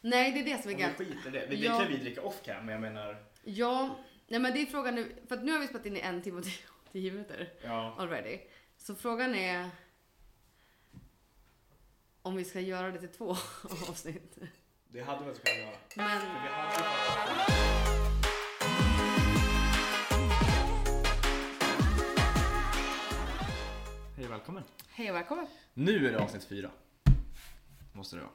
Nej, det är det som Om är vi galet. skiter i det. Vi, Ja. Det kan vi dricka off cam, men jag menar... Ja, nej men det är frågan nu. För att nu har vi spelat in i en timme och tio- tio minuter Ja. already. Så frågan är om vi ska göra det till två avsnitt. Det hade vi inte kunnat göra. Men Men vi hade- Hej och välkommen. hej och välkommen. Nu är det avsnitt fyra. Måste det vara.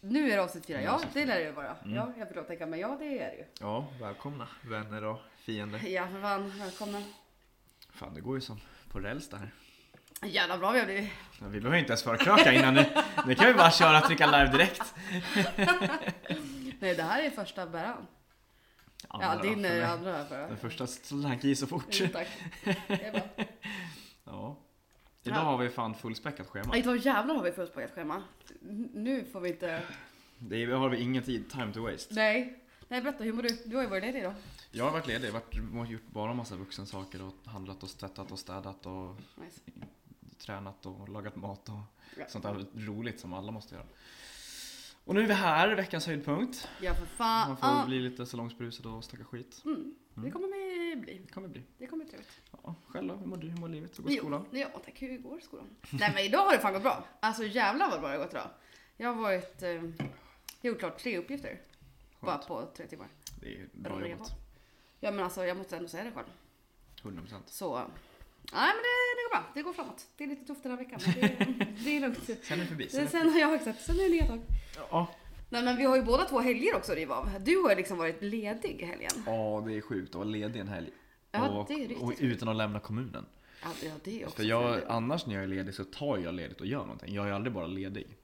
Nu är det avsnitt fyra. Nu är Ja, avsnitt det lär det ju vara. Ja, jag förlåt tänka, men ja, det är det ju. Ja, välkomna vänner och fiender. Ja, för fan. Välkommen. Fan, det går ju som på räls det här. Jävla bra vi har blivit. Men Vi behöver inte ens förkröka innan nu. Nu kan vi bara köra och trycka live direkt. Nej, det här är första bäran. Ja, Andra då, din för är Mm. ju mig. andra förra. Den första slank i så fort. Jo, Tack. Det är bra. Ja. Idag har vi fan fullspäckat schema. Aj, Idag jävlar har vi fullspäckat schema. N- Nu får vi inte... Det är, har vi ingen tid, time to waste. Nej. Nej, berätta hur mår du? Du har ju varit ledig idag. Jag har varit ledig, varit, gjort bara massa vuxensaker och handlat och tvättat och städat och Nice. tränat och lagat mat och Ja. sånt där roligt som alla måste göra. Och nu är vi här, veckans höjdpunkt. Ja, för fan. Ah, Man får bli lite salongsberusad och snacka skit. Mm. Det kommer vi bli. Det kommer bli. Det kommer bli trevligt. Ja, själv då? Hur mår du? Hur mår livet? Hur går skolan? Jo, ja, tack. Hur går skolan? Nej, men idag har det fan gått bra. Alltså jävlar vad bra det har gått idag. Jag har varit... Eh, jag har gjort klart tre uppgifter. Bara Skönt. på tre timmar. Det är bra Bra. jobbat. Ja, men alltså jag måste ändå säga det själv. 100%. Så... Nej, men det, det går bra. Det går framåt. Det är lite tufft den här veckan, men det, det är lugnt. Sen är det förbi. Sen är Sen, sen det... har jag exakt, sen är det nya tag. Ja. Nej men vi har ju båda två helger också att riva av. Du har ju liksom varit ledig i helgen. Ja, det är sjukt att vara ledig en helg. Ja, och, det är riktigt och utan att lämna kommunen. Ja ja, det är också För jag, förvirrande. annars när jag är ledig så tar jag ledigt och gör någonting. Jag är aldrig bara ledig.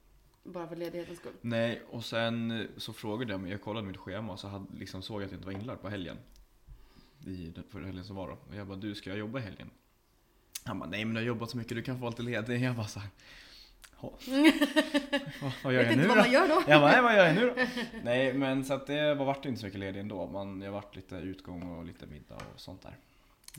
Bara för ledighetens skull. Nej, och sen så frågade jag mig, jag kollade mitt schema och så hade, liksom såg jag att jag inte var inlagd på helgen. I den förra helgen som var då. Och jag bara, du ska jag jobba i helgen? Han bara, nej men du har jobbat så mycket, du kan få vara lite ledig. Jag bara såhär, "Ja." vad, vad gör vet jag inte nu vad då? man gör då. Jag bara, nej vad gör jag nu då? Nej men så att det var, vart inte så mycket ledig ändå. Man, jag vart lite utgång och lite middag och sånt där.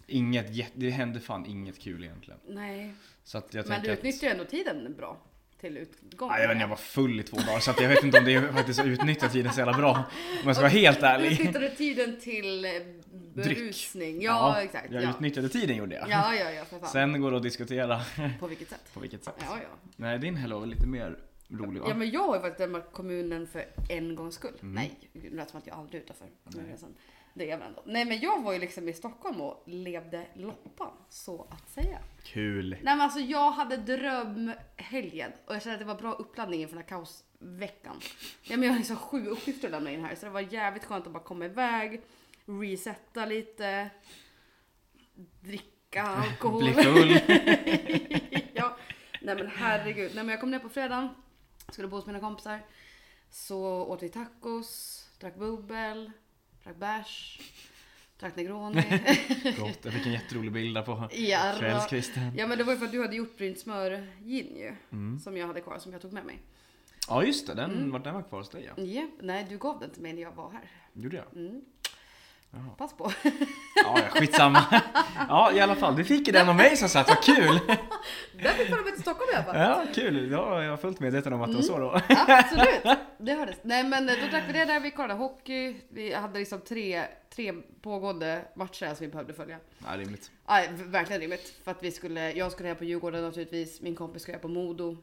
Inget, jätte- det hände fan inget kul egentligen. Nej. Så att jag Men du tänker att... utnyttjar ju ändå tiden bra. Till utgång. Nej, jag, vet inte, jag var full i två dagar så att jag vet inte om det är faktiskt att utnyttja tiden så jävla bra. Om jag ska vara helt ärlig. Utnyttjar du tiden till eh, Dryck. berusning? Ja, exakt. Jag Ja. utnyttjade tiden gjorde jag. ja, ja, ja för fan. Sen går det att diskutera På vilket sätt? på vilket sätt. Ja, ja. Nej, din helg var väl lite mer rolig va? Ja men jag har ju varit i Danmark kommunen för en gångs skull. Mm. Nej, det lät som att jag aldrig är utanför kommungränsen. Det är jag väl ändå. Nej men jag var ju liksom i Stockholm och levde loppan, så att säga. Kul. Nej men alltså jag hade drömhelgen och jag kände att det var bra uppladdning inför den här kaosveckan. Ja men jag har liksom sju uppgifter att lämna in här så det var jävligt skönt att bara komma iväg, resetta lite, dricka alkohol. Bli full. ja. Nej men herregud. Nej men jag kom ner på fredagen, skulle bo hos mina kompisar. Så åt vi tacos, drack bubbel, drack bärs, drack negroni. Gott. Jag fick en jätterolig bild där på Jarra. kvällskvisten. ja men det var ju för att du hade gjort brynt smör gin ju. Som jag hade kvar som jag tog med mig. Ja just det, den, Mm. var- den var kvar hos dig ja. Ja, nej du gav den till mig när jag var här. Gjorde jag? Mm. Jaha. Pass på. Ja, ja, skitsamma. Ja, i alla fall. Du fick ju den av mig som sagt, vad kul! Där fick man med till Stockholm i alla fall. Ja, kul. Då var jag fullt medveten om att det var så då. Mm. Absolut, det hördes. Nej men då drack vi det där, vi kollade hockey, vi hade liksom tre, tre pågående matcher som vi behövde följa. Ja, rimligt. Aj, v- verkligen rimligt. För att vi skulle, jag skulle heja på Djurgården naturligtvis, min kompis skulle heja på Modo.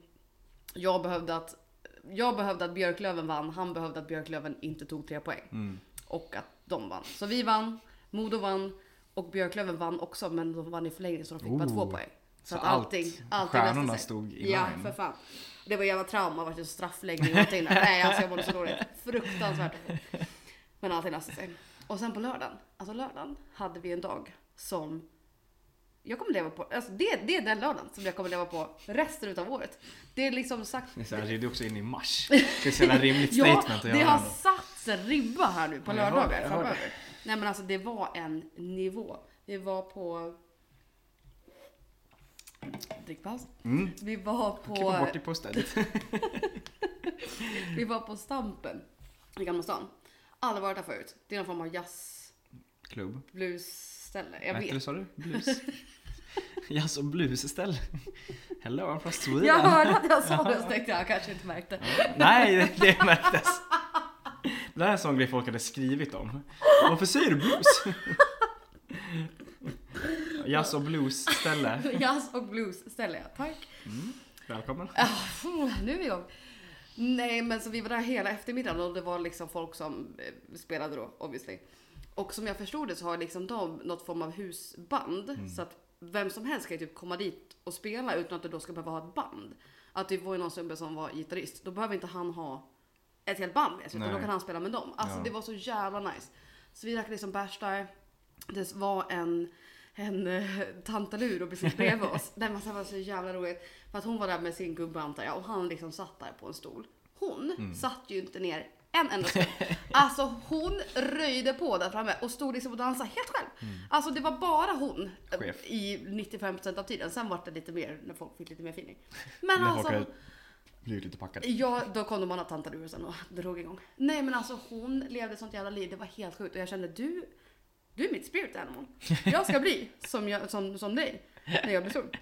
Jag behövde att, jag behövde att Björklöven vann, han behövde att Björklöven inte tog tre poäng. Mm. Och att de vann. Så vi vann, Modo vann och Björklöven vann också men de vann i förlängning så de fick bara Oh. två poäng. Så, Så att allt- allting, allting stjärnorna löste sig. stod i Ja, line. för fan. Det var jävla trauma, vart det så straffläggning och allting. där. Nej alltså jag mådde så dåligt. Fruktansvärt. Men allting löste sig. Och sen på lördagen, alltså lördagen hade vi en dag som jag kommer leva på, alltså det, det är den lördagen som jag kommer leva på resten utav året. Det är liksom sagt Det är så här, det är också in i mars. Det är så jävla rimligt Ja, statement att det göra. har ändå. satts en ribba här nu på Ja, jag hör det, lördagar jag hör det. framöver. Nej men alltså det var en nivå. Vi var på... Drickpaus. Mm. Vi var Klippa på, bort det på stället. vi var på Stampen i Gamla stan. Alla varit där förut. Det är någon form av jazz, Klubb. bluesställe. Jag Vad hette det vet. sa du? Blues? Jazz och bluesställe? Hello I'm from Sweden. Jag hörde att jag sa det och så tänkte jag jag kanske inte märkte. Nej, det- det märktes. Det här är en sån grej folk hade skrivit om. Varför säger du blues? Jazz och blues-ställe. Jazz och blues ställer jag, tack. Välkommen. Mm, nu är vi igång. Nej, men så vi var där hela eftermiddagen och det var liksom folk som eh, spelade då obviously. Och som jag förstod det så har liksom de något form av husband så att vem som helst kan ju typ komma dit och spela utan att du då ska behöva ha ett band. Att det var ju någon snubbe som var gitarrist, då behöver inte han ha ett helt band med sig utan Nej. då kan han spela med dem. Alltså Ja. det var så jävla nice. Så vi drack liksom bärs där. Det var en, en eh, tantalur och precis bredvid oss. Den var så, här, var så jävla roligt. För att hon var där med sin gubbe antar jag och han liksom satt där på en stol. Hon Mm. satt ju inte ner en enda sekund. Alltså hon röjde på där framme och stod liksom och dansade helt själv. Alltså det var bara hon eh, Mm. Chef. i 95% av tiden. Sen var det lite mer när folk fick lite mer feeling. Men När alltså. folk har blivit lite packade. Ja, då kom de andra tantalurer sen och drog igång. Nej men alltså hon levde ett sånt jävla liv, det var helt sjukt. Och jag kände du, du är mitt spirit animal. Jag ska bli som, jag, som, som dig när jag blir stor.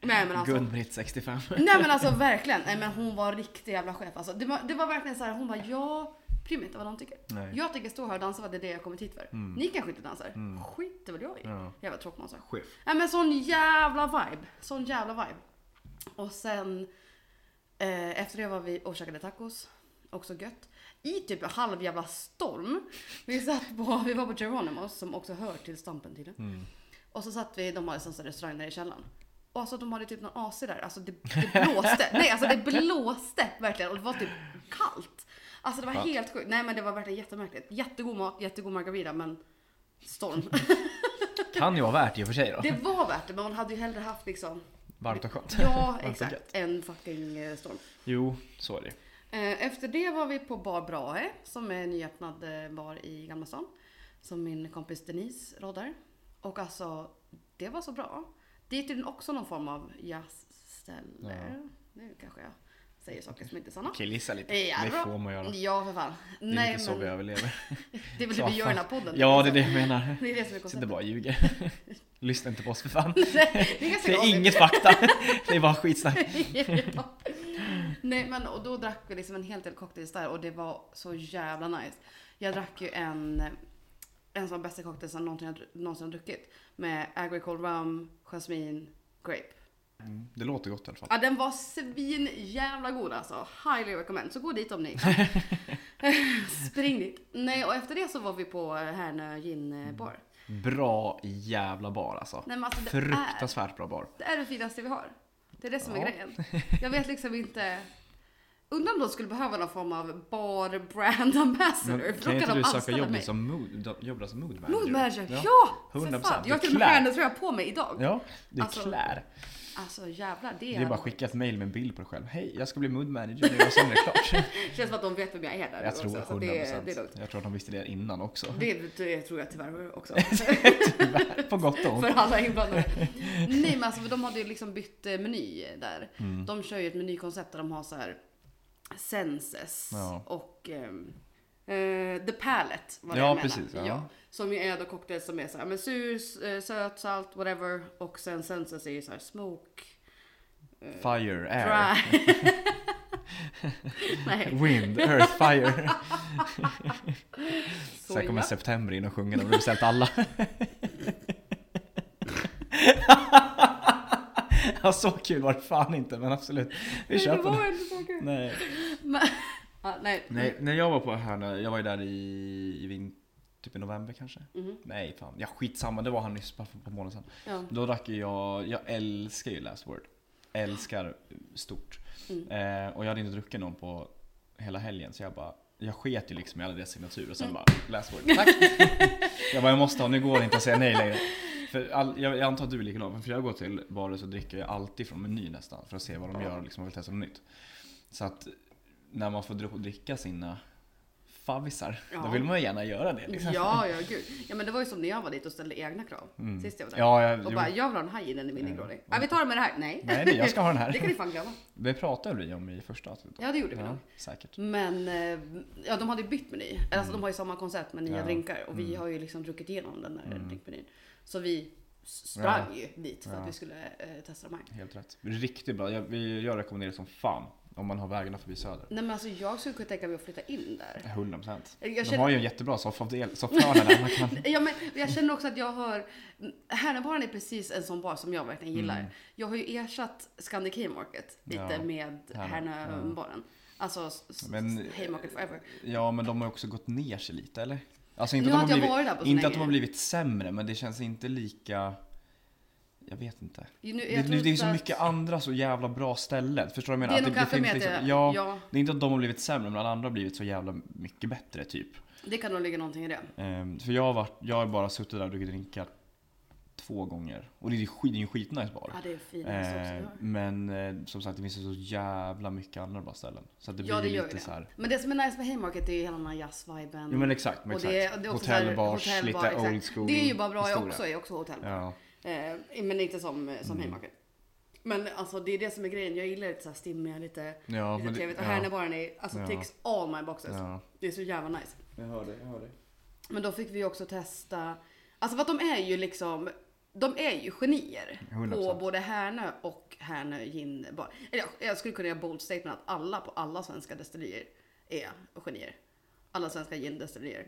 Nej men alltså. Gun-Britt 65. Nej men alltså verkligen. Nej men hon var riktig jävla chef alltså. Det var, det var verkligen så här, hon bara jag bryr mig inte vad de tycker. Nej. Mm. Jag tänker stå här och dansa, vad det är det jag kommit hit för. Ni kanske inte dansar. Skit det väl jag i. Ja. Jävla tråkmånsar. Chef. Nej men sån jävla vibe. Sån jävla vibe. Och sen eh, efter det var vi och käkade tacos. Också gött. I typ en halv jävla storm. Vi satt på, vi var på Geronimos som också hör till Stampen tydligen. Och så satt vi, de hade sån sån restaurang nere i källaren. Och alltså de hade typ någon AC där. Alltså det, det blåste. Nej alltså det blåste verkligen. Och det var typ kallt. Alltså det var Skönt. helt sjukt. Nej men det var verkligen jättemärkligt. Jättegod mat, jättegod margarita men storm. Kan ju vara värt i och för sig då. Det var värt det men man hade ju hellre haft liksom Varmt och skönt. Ja, och exakt. gött. En fucking eh, storm. Jo, så är det Eh, Efter det var vi på Bar Brahe, som är en nyöppnad eh, bar i Gamla stan. Som min kompis Denise roddar. Och alltså, det var så bra. Det är tydligen också någon form av jazzställe. Ja. Nu kanske jag säger saker som inte är sanna. Eh, Okej, gissa lite. Ja, det bra. får man göra. Ja, för fan. Det är Nej, inte så men vi överlever. det är väl det vi gör i den här podden. Alltså, Ja, det är det jag menar. Det är det som är Sitter konceptet. bara och ljuger. Lyssna inte på oss för fan. Det är ganska Det är galet. inget fakta. Det är bara skitsnack. ja. Nej men och då drack vi liksom en hel del cocktails där och det var så jävla nice. Jag drack ju en, en sån bästa cocktail som någonting jag dr- någonsin har druckit. Med agricole rum, jasmin, grape. Mm, Det låter gott i alla fall. Ja den var svin jävla god alltså. Highly recommend. Så gå dit om ni Spring dit. Nej och efter det så var vi på Härnö gin bar. Bra jävla bar alltså. Nej men alltså det är, Alltså, Fruktansvärt bra bar. det är det finaste vi har. Det är det som är Ja. grejen. Jag vet liksom inte. Undrar om de skulle behöva någon form av bar brand ambassador. Men för då kan inte de du söka anställa jobb mig. som liksom mood, jobb som mood manager? Mood manager, ja! För 100%. fan. Jag har till och med Klär. stjärnetröja på mig idag. Ja, det är Alltså, klär. Alltså jävlar, det Det är... är bara att skicka ett mail med en bild på dig själv. Hej, jag ska bli mood manager nu och sen är det klart. Känns som att de vet vem jag är där nu Jag tror också, så Alltså, det, är- det är 100%. lugnt. Jag tror att de visste det innan också. Det, det tror jag tyvärr också. På gott och ont. för alla inblandade. Nej men alltså för de hade ju liksom bytt eh, meny där. Mm. De kör ju ett menykoncept där de har så här senses Ja. och ehm, eh, the palette var det Ja, jag menar. precis, ja. Som ju är då cocktails som är så här, men sur, s- eh, söt, salt, whatever. Och sen senses är ju så här smoke, eh, Fire, air, dry. Nej, wind, earth, fire. så Sen kommer ja. september in och sjunger. De har beställt alla. ja, så kul var det fan inte, men absolut. Vi Nej, det köper den. var inte så kul. Nej. Men- Ja, nej. Nej, när jag var på Härnö, jag var ju där i, i vin, typ i november kanske? Mhm. Nej fan, ja skitsamma, det var han nyss, bara för ett par månader sedan. Ja. Då drack ju jag, jag älskar ju last word. Älskar stort. Mm. Eh, och jag hade inte druckit någon på hela helgen så jag bara, jag sket ju liksom i alla deras signaturer och Mm. sen bara last word, tack! jag bara jag måste ha, nu går det inte att säga nej längre. För all, jag, jag antar att du är likadan, för jag går till barer så dricker jag alltid från meny nästan för att se vad de gör och liksom, jag vill testa något nytt. Så att när man får dra- dricka sina favvisar, då Ja. vill man ju gärna göra det liksom. Ja, ja, gud. Ja, men det var ju som när jag var dit och ställde egna krav. Mm. Sist jag var där. Ja, jag, Och jo. bara, jag vill ha en haj i den i min Ja. negroni. Ja, vi tar med det här. Nej. Nej, nej, jag ska ha den Det här. kan ni fan glömma. Det pratade vi om i första avsnittet. Ja, det gjorde vi nog. Ja, säkert. Men eh, ja, de hade ju bytt meny. Alltså de har ju samma koncept med nya Ja. drinkar. Och vi Mm. har ju liksom druckit igenom den där Mm. drinkmenyn. Så vi s- sprang Ja. ju dit för Ja. att vi skulle eh, testa de här. Helt rätt. Riktigt bra. Jag, vi- jag rekommenderar det som fan. om man har vägarna förbi söder. Nej men alltså jag skulle kunna tänka mig att flytta in där. 100 procent. Jag De känner- har ju en jättebra soffavdel- soffhörna där man kan... Ja, men jag känner också att jag har... Härnöbaren är precis en sån bar som jag verkligen gillar. Jag har ju ersatt Scandic Haymarket lite Mm. Ja, med Härnö. Härnöbaren. Alltså s- s- Men- Haymarket forever. Ja, men de har ju också gått ner sig lite, eller? Alltså inte, Nu har att de, har inte jag blivit, varit där på så inte att de länge. har blivit sämre, men det känns inte lika... Jag vet inte. Ju Nu, Det, jag nu, tror det är inte så att- mycket andra så jävla bra ställen. Förstår du vad jag Det är menar? nog Att kanske finns med att liksom- jag, ja, ja. Det är inte att de har blivit sämre, men alla andra har blivit så jävla mycket bättre, typ. det kan nog ligga någonting i det. Ehm, för jag har, varit, jag har bara suttit där och druckit drinkar två gånger. Och det är ju skit, det är ju en skitnice bar. Ja, det är fint. Ehm, men eh, som sagt, det finns ju så jävla mycket andra bra ställen. Så att det blir ja, det ju gör lite ju så här... det. Men det som är nice med Haymarket är ju hela den här jazzviben. Jo men exakt, men Och exakt. det är- det är också så här Hotellbars, hotellbar, lite exakt. old school Det är ju bara bra jag historia. också, är också hotell. Ja. Eh, men inte som, som Haymarket. Men alltså det är det som är grejen. Jag gillar lite så här stimmiga, lite, Ja, lite men det- trevligt. Och ja. Härnöbaren är, alltså Ja. ticks all my boxes. Ja. Det är så jävla nice. Jag hör det, jag hör det. Men då fick vi också testa, alltså för att de är ju liksom, de är ju genier. 100%. På både Härnö och Härnö gin bar. Eller jag, jag skulle kunna göra bold statement att alla på alla svenska destillerier är genier. Alla svenska gin-destillerier.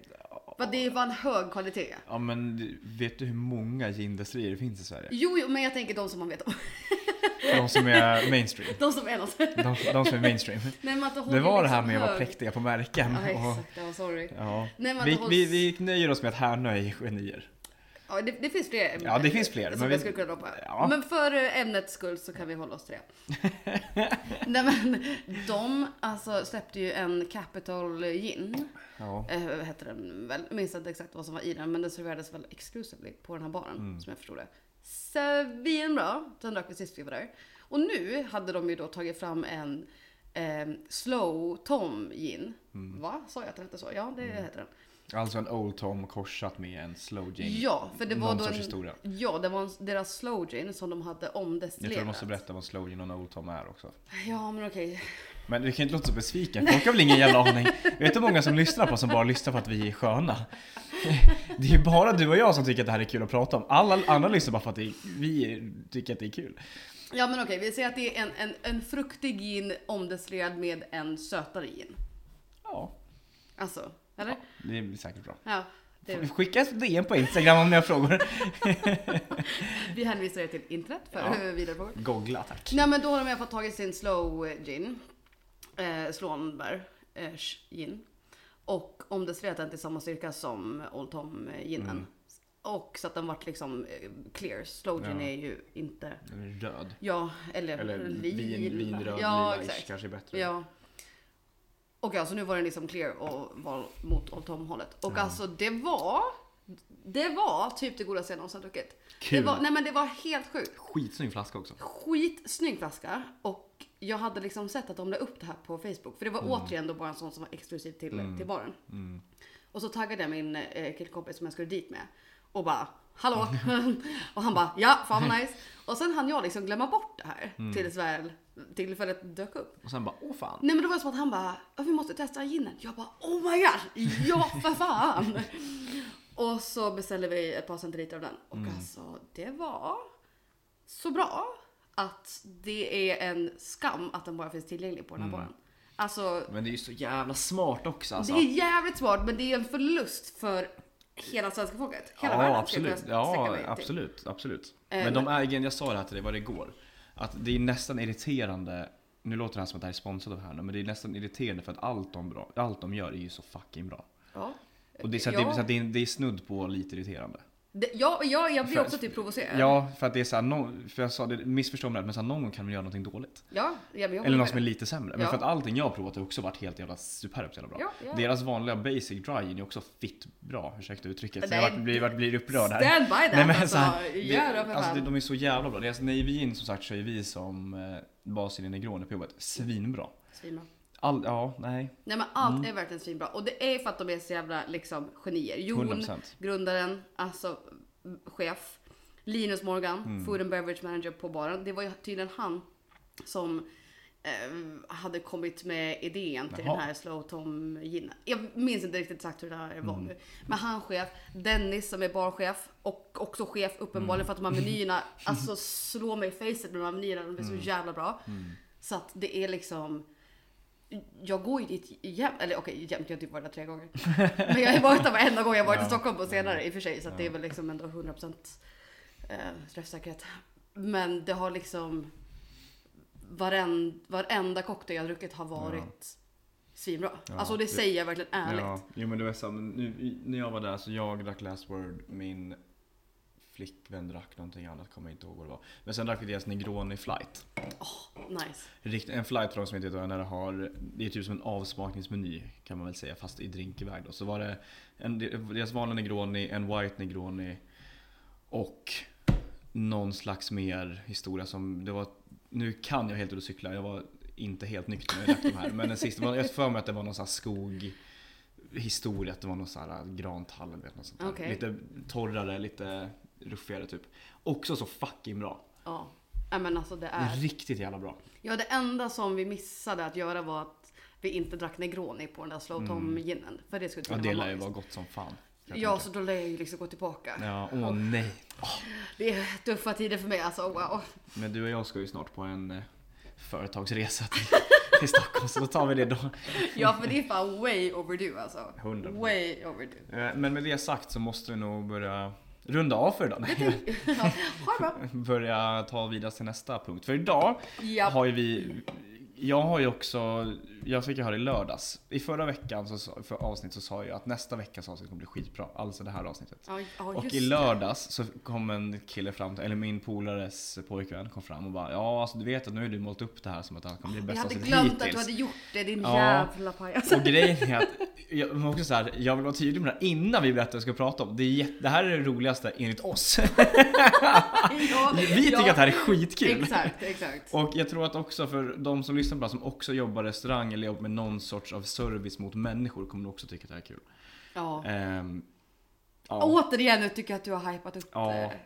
För det är fan hög kvalitet. ja men du- vet du hur många gindestillerier det finns i Sverige? Jo, jo, men jag tänker de som man vet om. De som är mainstream. De som är något. Nej, De, de som är mainstream. men att de Det håller var det här liksom med att vara hög- präktiga på märken. Ja, och, exakt. Ja, sorry. ja. Nej, men att Vi, hålls- vi, vi nöjer oss med att Härnö är genier. Ja, det, det finns fler ämnen Ja, det finns fler, Som men jag vi- skulle kunna droppa. Ja. Men för ämnets skull så kan vi hålla oss till det. Nej men, de alltså, släppte ju en Capital Gin. Ja. Eh, hette den väl. Jag minns inte exakt vad som var i den. Men den serverades väl exclusively på den här baren. Mm. Som jag förstod det. Svinbra. Den drack vi sist vi var där. Och nu hade de ju då tagit fram en eh, Slow Tom Gin. Mm. Va? Sa jag att den hette så? Ja, det heter den. Alltså en Old Tom korsat med en slow gin. Ja, för det var Någon då sorts en, historia. Ja, det var en, deras slow gin som de hade Jag omdestillerat. tror jag måste berätta vad slow gin och en Old Tom är också. Ja, men okej. Men du kan ju inte låta så besviken, folk har väl ingen jävla aning. Vet du hur många som lyssnar på oss som bara lyssnar för att vi är sköna? Det är ju bara du och jag som tycker att det här är kul att prata om. Alla andra lyssnar bara för att det är, vi är- tycker att det är kul. Ja, men okej. Vi säger att det är en, en, en fruktig gin omdestillerad med en sötare gin. Ja, Alltså, eller? det är säkert bra. Ja. det, Skicka ett DM på Instagram om ni har frågor. vi hänvisar er till internet för Ja. vidare frågor. Googla tack. Nej, men då har de i alla fall tagit sin slow gin. Eh, Slånbär eh, gin. Och omdestillerat den till samma styrka som Old Tom ginen. Mm. Och så att den vart liksom eh, clear. Slow gin Ja. är ju inte Röd. Ja, eller, Eller lila. vin, vinröd, ja, lila exakt. kanske är bättre. Ja. Och alltså nu var den liksom clear och var mot Old Tom hållet. Och alltså det var, det var typ det godaste jag någonsin har druckit. Det Kul. var, nej men det var helt sjukt. Skitsnygg flaska också. Skitsnygg flaska och jag hade liksom sett att de la upp det här på Facebook. För det var återigen då bara en sån som var exklusiv till, till baren. Och så taggade jag min eh, killkompis som jag skulle dit med. Och bara hallå! och han bara ja, fan vad nice. Och sen hann jag liksom glömma bort det här tills väl tillfället dök upp. Och sen bara, åh fan. Nej men då var det som att han bara, "Ja, vi måste testa ginen. Jag bara, oh my god, ja för fan. och så beställde vi ett par centiliter av den. Och Mm. alltså det var så bra att det är en skam att den bara finns tillgänglig på den här baren. Alltså Men det är ju så jävla smart också Mm. alltså. det är jävligt smart men det är en förlust för hela svenska folket. Hela ja, världen skulle jag absolut. kunna sträcka Ja, mig typ. till. absolut. Absolut. Eh, Men de äger, jag sa det här till dig, vad det går. Att det är nästan irriterande, nu låter det här som att det här är sponsrat av här nu, men det är nästan irriterande för att allt de, bra, allt de gör är ju så fucking bra. Ja. Och det är, så att det, Ja. så att det, är, det är snudd på lite irriterande. Det- Ja, ja, jag blir För- också typ provocerad. Ja, för att det är såhär, no, för jag sa det, missförstå mig rätt, men så här, någon gång kan man göra någonting dåligt. ja ja, men jag Eller håller något med som är lite sämre. Men Ja. för att allting jag har provat har också varit helt jävla superbt jävla bra. Ja, ja. Deras vanliga basic dry gin är också fitt bra, ursäkta uttrycket. Så jag Nej, vart, blir, vart, blir upprörd här. Stand by that Nej, men alltså. så här, det, Gör det för alltså det, fan. de är så jävla bra. Deras Navy Gin som sagt kör ju vi som eh, basen i Negroni på jobbet. Svinbra. Svinbra. All, ja, nej. Nej men allt är verkligen svinbra. Och det är för att de är så jävla liksom genier. Jon, 100%. grundaren, alltså mm, chef. Linus Morgan, food and beverage manager på baren. Det var ju tydligen han som eh, hade kommit med idén till Jaha. den här Slow Tom ginen. Jag minns inte riktigt exakt hur det här var nu. Men han chef, Dennis som är barchef och också chef uppenbarligen för att de här menyerna, alltså slår mig i facet med de här menyerna, de är så jävla bra. Så att det är liksom jag går ju dit jämt, eller okej jämt, jag har typ varit där tre gånger. Men jag har varit där varenda gång jag varit i Ja. Stockholm på senare i och för sig. Så att det är Ja. väl liksom ändå 100% eh, träffsäkerhet. Men det har liksom varend, varenda cocktail jag har druckit har varit svinbra. Ja, Alltså det det- säger jag verkligen ärligt. Ja, jo, men det var samma. Nu, i- när jag var där så jag drack last word, min flickvän drack någonting annat, kommer jag inte ihåg vad det var. Men sen drack vi deras Negroni flight. Nice. Rikt, en flight för de som inte vet vad den är, har, det är typ som en avsmakningsmeny kan man väl säga, fast i drinkväg då. Så var det en, deras vanliga Negroni, en white Negroni och någon slags mer historia som, det var, nu kan jag helt ut och cykla, jag var inte helt nykter när jag drack de här. Men den sista, var- jag har för mig att det var någon sån här skog historia, att det var någon sån här äh, grantall eller något sånt där. Okej. Lite torrare, lite ruffigare typ. Också så fucking bra. Ja. Nej, men alltså det är. Riktigt jävla bra. Ja, det enda som vi missade att göra var att vi inte drack Negroni på den där Slow Tom ginen. För det skulle Mm. Ja, kunna det vara lär ju magiskt. vara gott som fan. kan jag Ja, tänka. så då lär jag ju liksom gå tillbaka. Ja, åh nej. Det är tuffa tider för mig alltså, wow. Men du och jag ska ju snart på en eh, företagsresa till, till Stockholm, så då tar vi det då. Ja, för det är fan way overdue alltså. 100%. Way overdue. Eh, Men med det sagt så måste vi nog börja runda av för idag. Nej, Ja, ha det bra. börja ta vidare till nästa punkt. För idag Ja, har ju vi... Jag har ju också... Jag fick ju höra i lördags. I förra veckan så, sa- för avsnitt så sa jag att nästa veckas avsnitt kommer bli skitbra. Alltså det här avsnittet. ja, ja Och just i det. lördags så kom en kille fram, till, eller min polares pojkvän kom fram och bara Ja alltså du vet att nu har du målt upp det här som att det här kommer bli Ah, Jag bästa hade avsnittet glömt att du alltså, hittills. hade gjort det, din Ja. jävla pajas. Och grejen är att, jag, men också så här, jag vill vara tydlig med det här innan vi berättar vad vi ska prata om. Det, är, jätte- det här är det roligaste enligt oss. Ja, Vi tycker ja. att det här är skitkul. Exakt, exakt. Och jag tror att också för de som lyssnar på det här som också jobbar i restaurang eller jobbar med någon sorts av service mot människor kommer nog också tycka att det här är kul. Ja. Ehm, ja. Återigen, nu tycker jag att du har hypat upp eh, Ja, det.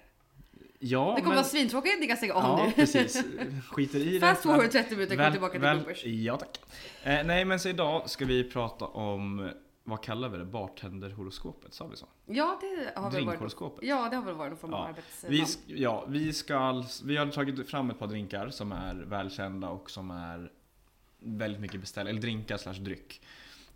ja, Det kommer vara svintråkigt, ni kan stänga av Ja, nu. precis. Skiter i det. Fast forward 30 minuter, kom Väl- tillbaka till väl- bloopers. Ja tack. Eh, nej men så idag ska vi prata om, vad kallar vi det? Bartenderhoroskopet, sa vi så? Ja, det har väl varit... Drinkhoroskopet. Ja, det har väl varit någon form av Ja, arbetsnamn. Vi, sk- ja, vi, ska, alls- vi har tagit fram ett par drinkar som är välkända och som är väldigt mycket beställda, eller drinkar slash dryck.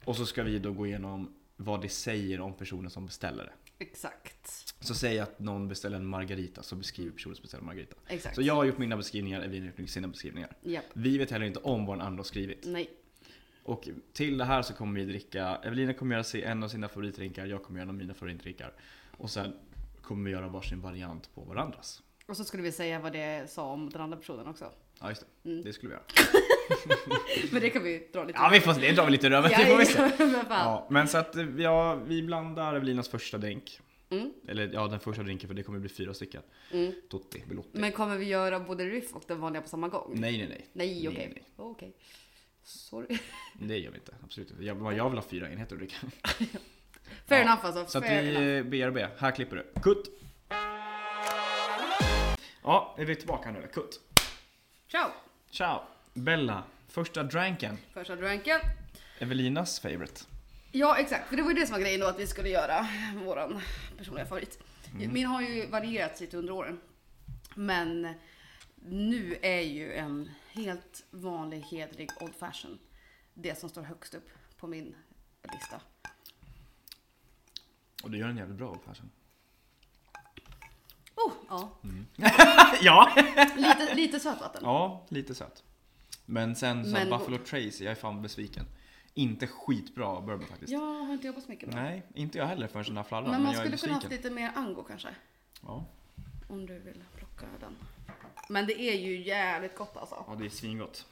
Och så ska vi då gå igenom vad det säger om personen som beställer det. Exakt. Så säg att någon beställer en margarita, så beskriver personen som beställer margarita. Exakt. Så jag har gjort mina beskrivningar, Evin har gjort sina beskrivningar. Japp. Vi vet heller inte om vad den andra har skrivit. Nej. Och till det här så kommer vi dricka, Evelina kommer göra sig en av sina favoritdrinkar, jag kommer göra en av mina favoritdrinkar. Och sen kommer vi göra varsin variant på varandras. Och så skulle vi säga vad det sa om den andra personen också. Ja just det, Mm. det skulle vi göra. Men det kan vi dra lite. Ja vi får se, det drar vi lite röven, det får vi se. Ja, men fan. Ja, men så att eh, ja, vi blandar Evelinas första drink. Mm. Eller ja, den första drinken för det kommer bli fyra stycken. Mm. Totti, Belotti. Men kommer vi göra både riff och den vanliga på samma gång? Nej nej nej. Nej, okej. nej. Okej. Sorry. Det gör vi inte, absolut inte. Jag, jag vill ha fyra enheter att dricka. Fair Ja, enough alltså. Så att Fair enough. vi eh, BRB, här klipper du. Kutt! Ja, är vi tillbaka nu? Kutt! Ciao! Ciao! Bella, första dranken. Första dranken. Evelinas favorite. Ja, exakt. För det var ju det som var grejen då, att vi skulle göra våran personliga favorit. Mm. Min har ju varierats lite under åren. Men nu är ju en helt vanlig hederlig Old Fashion det som står högst upp på min lista. Och du gör en jävligt bra Old Fashion. Oh, ja. ja! Lite, lite sötvatten. Ja, lite söt. Men sen så Men god. Buffalo Trace, jag är fan besviken. Inte skitbra bourbon faktiskt. Jag har inte jobbat så mycket med det. Nej, inte jag heller förrän den här flarran. Men man jag är skulle kunna haft besviken. lite mer ango kanske. Ja. Om du vill plocka den. Men det är ju jävligt gott alltså. ja, det är svingott.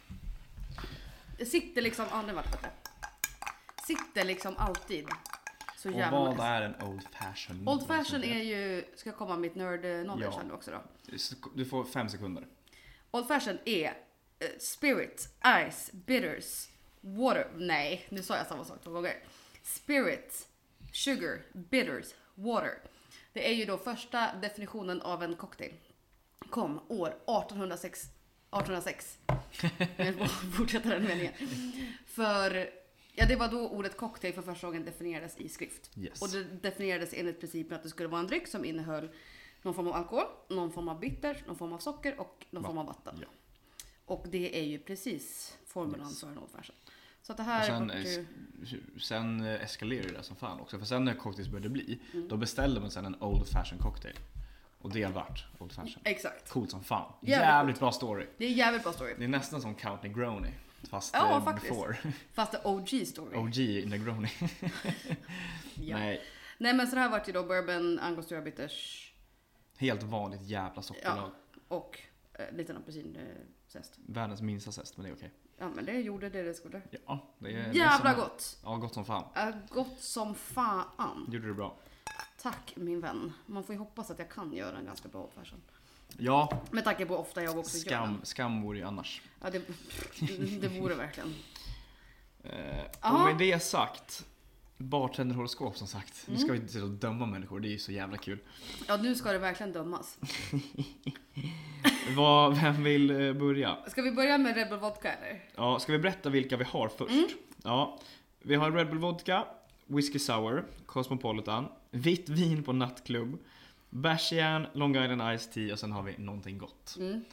Det sitter liksom, ja det vart bättre. Sitter liksom alltid. Så Och jävla vad nice. är en Old Fashion? Old fashion är ju, ska jag komma med mitt nörd knowledge Ja. här nu också då. Du får fem sekunder. Old fashion är eh, spirit, ice, bitters, water. Nej, nu sa jag samma sak två gånger. Spirit, sugar, bitters, water. Det är ju då första definitionen av en cocktail. Kom år 1806. 1806. Jag fortsätter den meningen. För ja, det var då ordet cocktail för första gången definierades i skrift. Yes. Och det definierades enligt principen att det skulle vara en dryck som innehöll någon form av alkohol, någon form av bitter, någon form av socker och någon form av vatten. Ja. Och det är ju precis formeln Yes. för en old fashion. Så att det Och här sen, vart ju... es- sen eh, eskalerar det som fan också. För sen när cocktails började bli, Mm. då beställde man sen en old fashion cocktail. Och det vart old fashion. Exakt. Coolt som fan. Jävligt Jävligt, bra story. Det är en jävligt bra story. Det är nästan som Count Negroni. Fast Ja, eh, faktiskt. before. Fast det är OG story. OG Negroni. Ja. Nej. Nej, men så det här vart ju då bourbon, angostura bitters helt vanligt jävla sockerlag. och eh, liten apelsinzest. Världens minsta zest, men det är okej. Ja men det gjorde det det skulle. Ja, det är det är Jävla som- gott! Ja, gott som fan. Eh, Gott som fan. Gjorde du bra. Tack min vän. Man får ju hoppas att jag kan göra en ganska bra old fashion. Ja, Med tanke på hur ofta jag också gör den. skam, skam vore ju annars. Ja, det, det vore verkligen. Eh, Ja. och med det sagt, bartenderhoroskop som sagt. Nu ska vi inte sitta och döma människor, det är ju så jävla kul. Ja, nu ska det verkligen dömas. Vad, vem vill eh, börja? Ska vi börja med Red Bull Vodka eller? Ja, ska vi berätta vilka vi har först? Mm. Ja, vi har Red Bull Vodka, Whiskey Sour, Cosmopolitan, vitt vin på nattklubb, bärsjärn, Long Island Ice Tea och sen har vi någonting gott. Mm.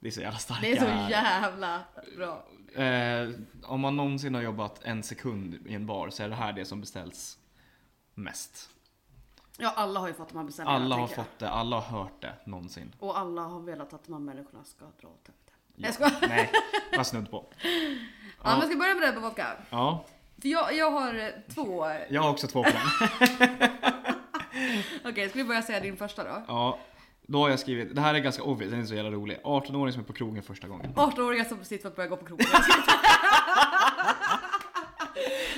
Det är så jävla starka. Det är så jävla bra. Eh, om man någonsin har jobbat en sekund i en bar så är det här det som beställs mest. Ja, alla har ju fått de här beställningarna. Alla har tänker jag. fått det, alla har hört det någonsin. Och alla har velat att de här människorna ska dra åt helvete. Ja. Jag skojar. Nej, jag snudd på. Ja, men jag ska börja med Red Bull Vodka. Ja, För jag, jag har eh, två... Okej, jag har också två poäng. ska vi börja säga din första då? Ja, då har jag skrivit, det här är ganska obvious, den är så jävla rolig. 18-åring som är på krogen första gången. 18-åringar som precis fått börja gå på krogen.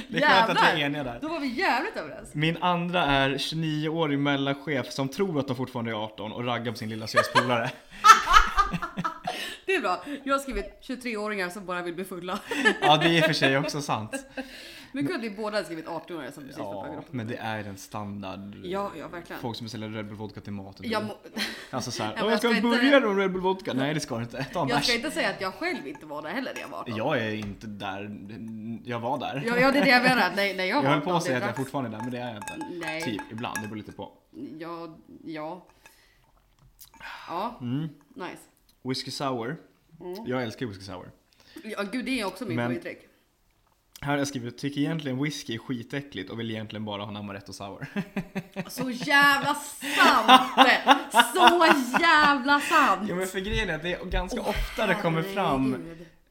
Det är skönt att vi är Jävlar! eniga där. Då var vi jävligt överens. Min andra är 29-årig mellanchef som tror att de fortfarande är 18 och raggar på sin lilla syrras polare. Det är bra. Jag har skrivit 23-åringar som bara vill bli fulla. Ja, det är i och för sig också sant. Men kunde vi båda ha skrivit 18-åringar som precis fått börja gå Ja, på krogen. men det är en standard. Ja, ja verkligen. Folk som beställer Red Bull Vodka till maten. Jag, må, Alltså såhär, Ja, men ja, jag ska ska vi inte- börja med Red Bull Vodka? Nej det ska du inte, ta en jag ska bärs. inte säga att jag själv inte var där heller när jag var 18. Jag är inte där, jag var där. Ja, ja det är det jag menar. Nej, när jag, Jag var höll på 18, att säga att det jag dags- fortfarande är där, men det är jag inte. Nej. Typ, ibland, det beror lite på. Ja, ja. Ja, Mm. nice. Whiskey Sour. Mm. Jag älskar Whiskey Sour. Ja, gud det är också min Men- favoritdryck. Här har jag skrivit, tycker egentligen whisky är skitäckligt och vill egentligen bara ha en Amaretto Sour. Så jävla sant! Så jävla sant! Ja men för grejen är att det ganska Åh, ofta det kommer fram,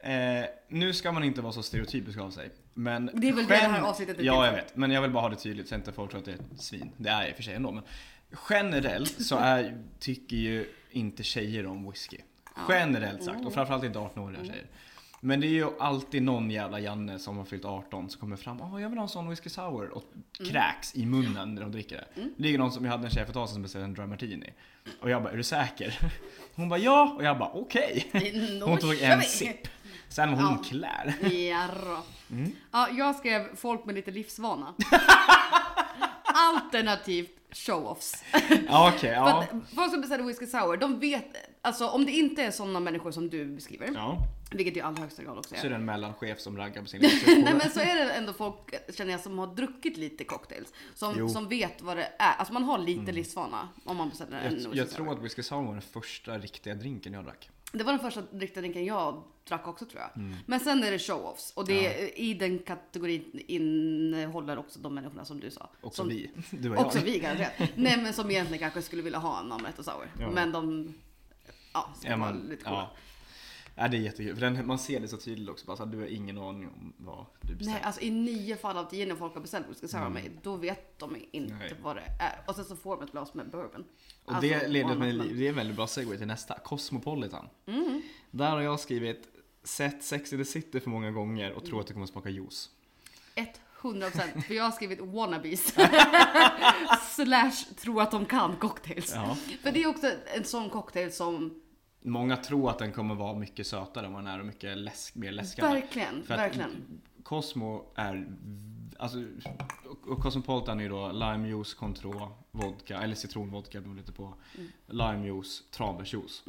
herregud. eh, nu ska man inte vara så stereotypisk av sig. Men Det är väl det här avsnittet är till Ja jag för. vet, men jag vill bara ha det tydligt så inte folk tror att jag är ett svin. Det är jag i och för sig ändå men. Generellt så är, tycker ju inte tjejer om whisky. Generellt sagt, Oh. och framförallt inte Mm. 18-åriga tjejer. Men det är ju alltid någon jävla Janne som har fyllt 18 som kommer fram Åh, jag vill ha en sån whisky sour och Mm. kräks i munnen när de dricker det. Det är ju någon som, jag hade en tjej för ett tag sedan som beställde en dry martini. Och jag bara, är du säker? Hon bara, ja! Och jag bara, okej! Nå, Hon tog kör en vi. sipp. Sen var hon Ja. klär. Jarrå. Mm. Ja, jag skrev folk med lite livsvana. Alternativt show-offs. Ja, okej, För ja. att Folk som beställer whisky sour, de vet, alltså om det inte är sådana människor som du beskriver, ja. vilket ju i allra högsta grad också Så är är. det en mellanchef som raggar på sin Nej lilla men så är det ändå folk, känner jag, som har druckit lite cocktails. Som, Jo. Mm. som vet vad det är. Alltså man har lite livsvana om man beställer en Jag, whisky jag sour. tror att whisky sour var den första riktiga drinken jag drack. Det var den första riktiga drinken jag drack också tror jag. Mm. Men sen är det show-offs och det i den kategorin innehåller också de människorna som du sa. Också som, vi. Du och jag. Också vi garanterat. Nej men som egentligen kanske skulle vilja ha en Amaretto Sour. Ja. Men de, ja, som Ja, var man, lite coola. ja. ja, det är jättekul. För den, man ser det så tydligt också. Bara, så här, du har ingen aning om vad du Nej, beställer. alltså i nio fall av tio när folk har beställt whisky sour av mig, då vet de inte Mm. Nej. vad det är. Och sen så får de ett glas med bourbon. Och det Alltså, leder och mig, annat, men- det är en väldigt bra segue till nästa. Cosmopolitan. Mm. Där har jag skrivit Sett Sex and the City för många gånger och Mm. tror att det kommer smaka juice. 100% för jag har skrivit wannabes. Slash tror att de kan cocktails. Ja. För det är också en sån cocktail som Många tror att den kommer vara mycket sötare än vad den är och mycket läsk, mer läskande. verkligen, För att- verkligen. Cosmo är... Alltså, och- och Cosmopolitan är ju då limejuice Mm. kontra vodka, eller citronvodka beroende lite på. Limejuice, tranbärsjuice.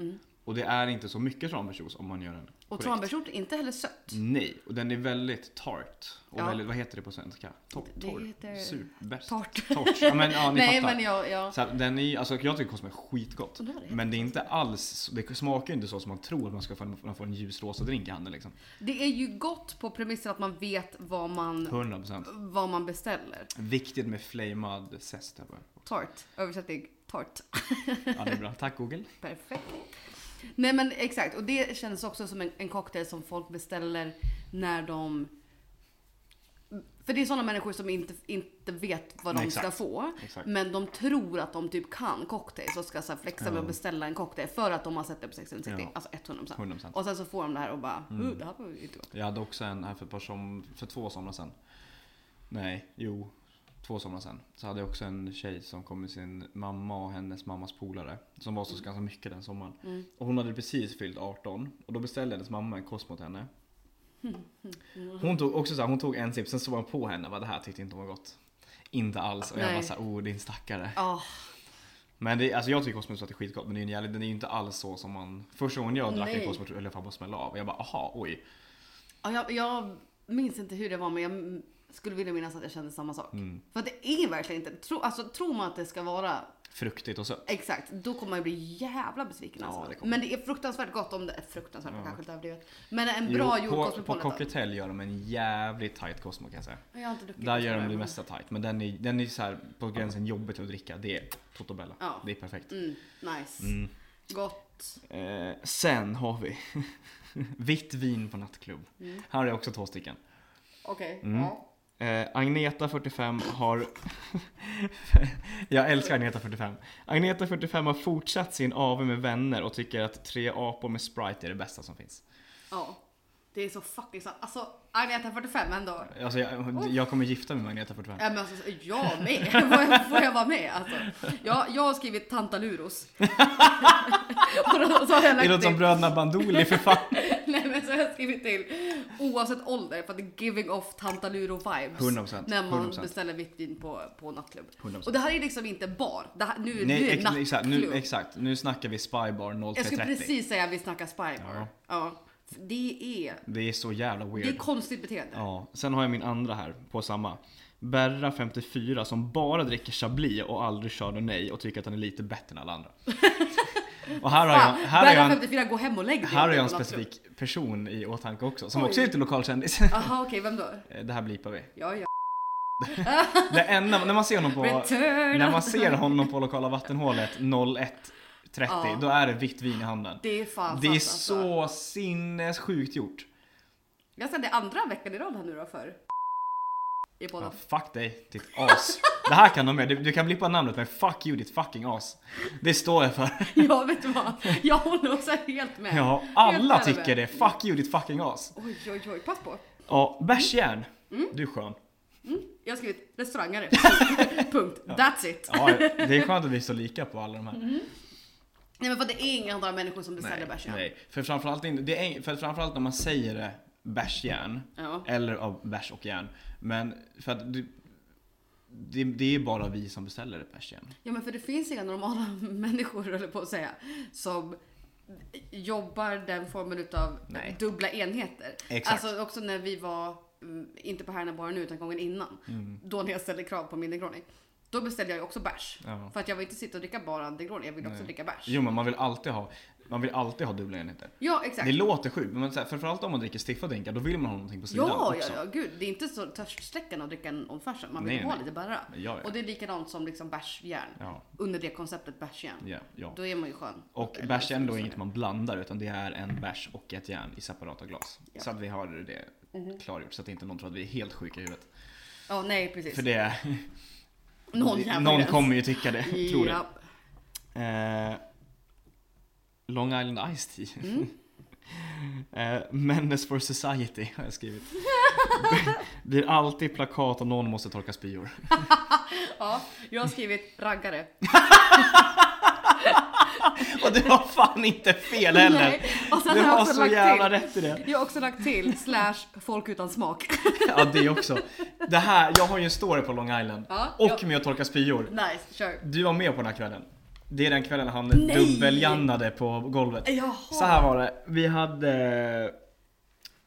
Och det är inte så mycket tranbärsjuice om man gör den Och korrekt. tranbärsort är inte heller sött. Nej, och den är väldigt tart. Och Ja. väldigt, vad heter det på svenska? Torr? Det torr heter- Sur? Bäst? Tart. Torrt. Ja men ja, ni Nej fattar. men jag, jag... Så att den är, alltså, jag tycker kosmos är skitgott. Den här är Men det är inte alls, det smakar ju inte så som man tror att man ska få när man får en ljusrosa drink i handen liksom. Det är ju gott på premissen att man vet vad man, 100%. vad man beställer. Viktigt med flamad zest här bara. Tart, översättning tart. Ja det är bra. Tack Google. Perfekt. Nej men exakt, och det känns också som en, en cocktail som folk beställer när de... För det är sådana människor som inte, inte vet vad de Nej, ska exakt. få. Exakt. Men de tror att de typ kan cocktails och ska så här flexa med Ja. att beställa en cocktail för att de har sett det på 660. Ja. Mm. Alltså 100%. 100%. Och sen så får de det här och bara, "Uh, det här var ju inte gott. Jag hade också en här för, ett par som, för två somrar sedan. Nej, jo. Två somrar sedan. Så hade jag också en tjej som kom med sin mamma och hennes mammas polare. Som var så ganska mycket den sommaren. Och hon hade precis fyllt 18. Och då beställde hennes mamma en kost mot henne. Hon tog också så här, hon tog en sipp, sen såg hon på henne. Bara, det här tyckte inte hon var gott. Inte alls. Och jag Nej. bara såhär, oh din stackare. Ja, Men det, alltså jag tycker Cosmos att det är skitgott men det är en jävla- den är ju inte alls så som man... Första gången jag drack Nej. en Cosmos eller jag bara smällde av. Och jag bara aha, oj. Ja, ah, jag, jag minns inte hur det var men jag m- skulle vilja minnas att jag kände samma sak. Mm. För att det är verkligen inte, tro, alltså, tror man att det ska vara Fruktigt och sött. exakt, då kommer man ju bli jävla besviken. Ja, alltså. det kommer. men det är fruktansvärt gott om det är fruktansvärt, Ja. kanske inte överdrivet. Men en bra Jo, jordgott på, med på polenta. Cocktail gör de en jävligt tight Cosmo kan jag säga. Jag har inte druckit Där Cosmo gör de än, det men- mesta tight men den är, den är så här på gränsen jobbigt att dricka. Det är Totobella. Ja. Det är perfekt. Mm, nice. Mm. Gott. Eh, sen har vi vitt vin på nattklubb. Mm. Här är också två stycken. Okej. Mm. Ja. Eh, Agneta 45 har... jag älskar Agneta 45. Agneta 45 har fortsatt sin AV med vänner och tycker att tre apor med Sprite är det bästa som finns. ja. Det är så fucking sant. Alltså, Agneta 45 ändå. Alltså jag, jag kommer gifta mig med Agneta 45. Ja, men alltså, jag med! Får jag, får jag vara med? Alltså, jag, jag har skrivit Tantaluros. och då, så har jag Det låter lagt som till, bröderna Bandoli för fan. nej, men så har jag skrivit till oavsett ålder för att det är giving off Tantaluro-vibes. 100%, När man 100%. beställer vitt vin på, på nattklubb. 100%. Och det här är liksom inte bar. Det här, nu, nu Nej, är det ex, exakt, nattklubb. nu, exakt, nu snackar vi Spybar jag skulle 0330. precis säga att vi snackar spybar. Ja. Ja. Det är, Det är så jävla det är weird. konstigt beteende. Ja, sen har jag min andra här på samma. Berra 54 som bara dricker Chablis och aldrig Chardonnay och tycker att han är lite bättre än alla andra. och här har jag, Fan, här har jag Berra en 54, gå hem och lägg dig. Här har jag en på nattklubb. specifik person i åtanke också, som Oj. också är lite lokalkändis. Jaha okej, vem då? Det här blipar vi. Ja, ja. Det enda, när man ser honom på, Return när man of- ser honom på lokala vattenhålet 01.30, Ja. då är det vitt vin i handen. Det är fan Det sant, är alltså. så sinnessjukt gjort. Jag sände andra veckan i rad här nu då för i podden. Ja, fuck dig, ditt as. Det här kan de med. Du, du kan blippa namnet men fuck you, ditt fucking as. Det står jag för. Ja vet du vad, jag håller också helt med. Ja, Helt alla med tycker det. Fuck you, ditt fucking as. Oj oj oj, pass på. Ja, bärsjärn. Du är skön. Jag har skrivit restaurangare. Punkt. That's it. Ja, det är skönt att vi är så lika på alla de här. Nej men för det är inga andra människor som beställer Nej, bärs än. nej. För, framförallt in, det är, en- för framförallt när man säger det, bärsjärn, Ja. eller av bärs och järn. Men för att du, det, det är bara vi som beställer ett bärsjärn. ja men för det finns inga normala människor höll jag på att säga. Som jobbar den formen utav Nej. dubbla enheter. Exakt. Alltså också när vi var, mm, inte på Herrarna bara nu utan gången innan. Mm. Då när jag ställde krav på min Negroni. Då beställde jag ju också bärs. Ja. För att jag vill inte sitta och dricka bara Negroni, jag vill också Nej. dricka bärs. Jo men man vill alltid ha, man vill alltid ha dubbla enheter. Ja, exakt. Det låter sjukt, men så här, framförallt om man dricker stiffa drinkar då vill man ha någonting på sidan ja, ja, också. ja, gud. Det är inte så törststreckande att dricka en Old Fashion. Man vill Nej, ha nej. lite bärra. Ja, ja. Och det är likadant som liksom bärsjärn. Ja, Under det konceptet bärsjärn. ja, ja. Då är man ju skön. Och Eller bärs är ändå så- inget man blandar utan det är en bärs och ett järn i separata glas. Ja. Så att vi har det Mhm. klargjort så att inte någon tror att vi är helt sjuka i huvudet. Ja, nej precis. För det, Någon det- jävla någon gräns. kommer ju tycka det, tror det. Ja. Eh, Long Island Ice Tea. Mm. eh, Menace for Society har jag skrivit. Blir alltid plakat och någon måste torka spyor. ja, jag har skrivit raggare. Och du har fan inte fel heller! Nej, Och sen Du har jag har också Alltså, så lagt jävla till. rätt i det. Jag har också lagt till slash folk utan smak. Ja, det också. Det här, jag har ju en story på Long Island. Ja, Och jag- med att torka spyor. Nice, kör. Du var med på den här kvällen. Det är den kvällen han Nej! dubbeljannade på golvet. Jaha. Så här var det. Vi hade...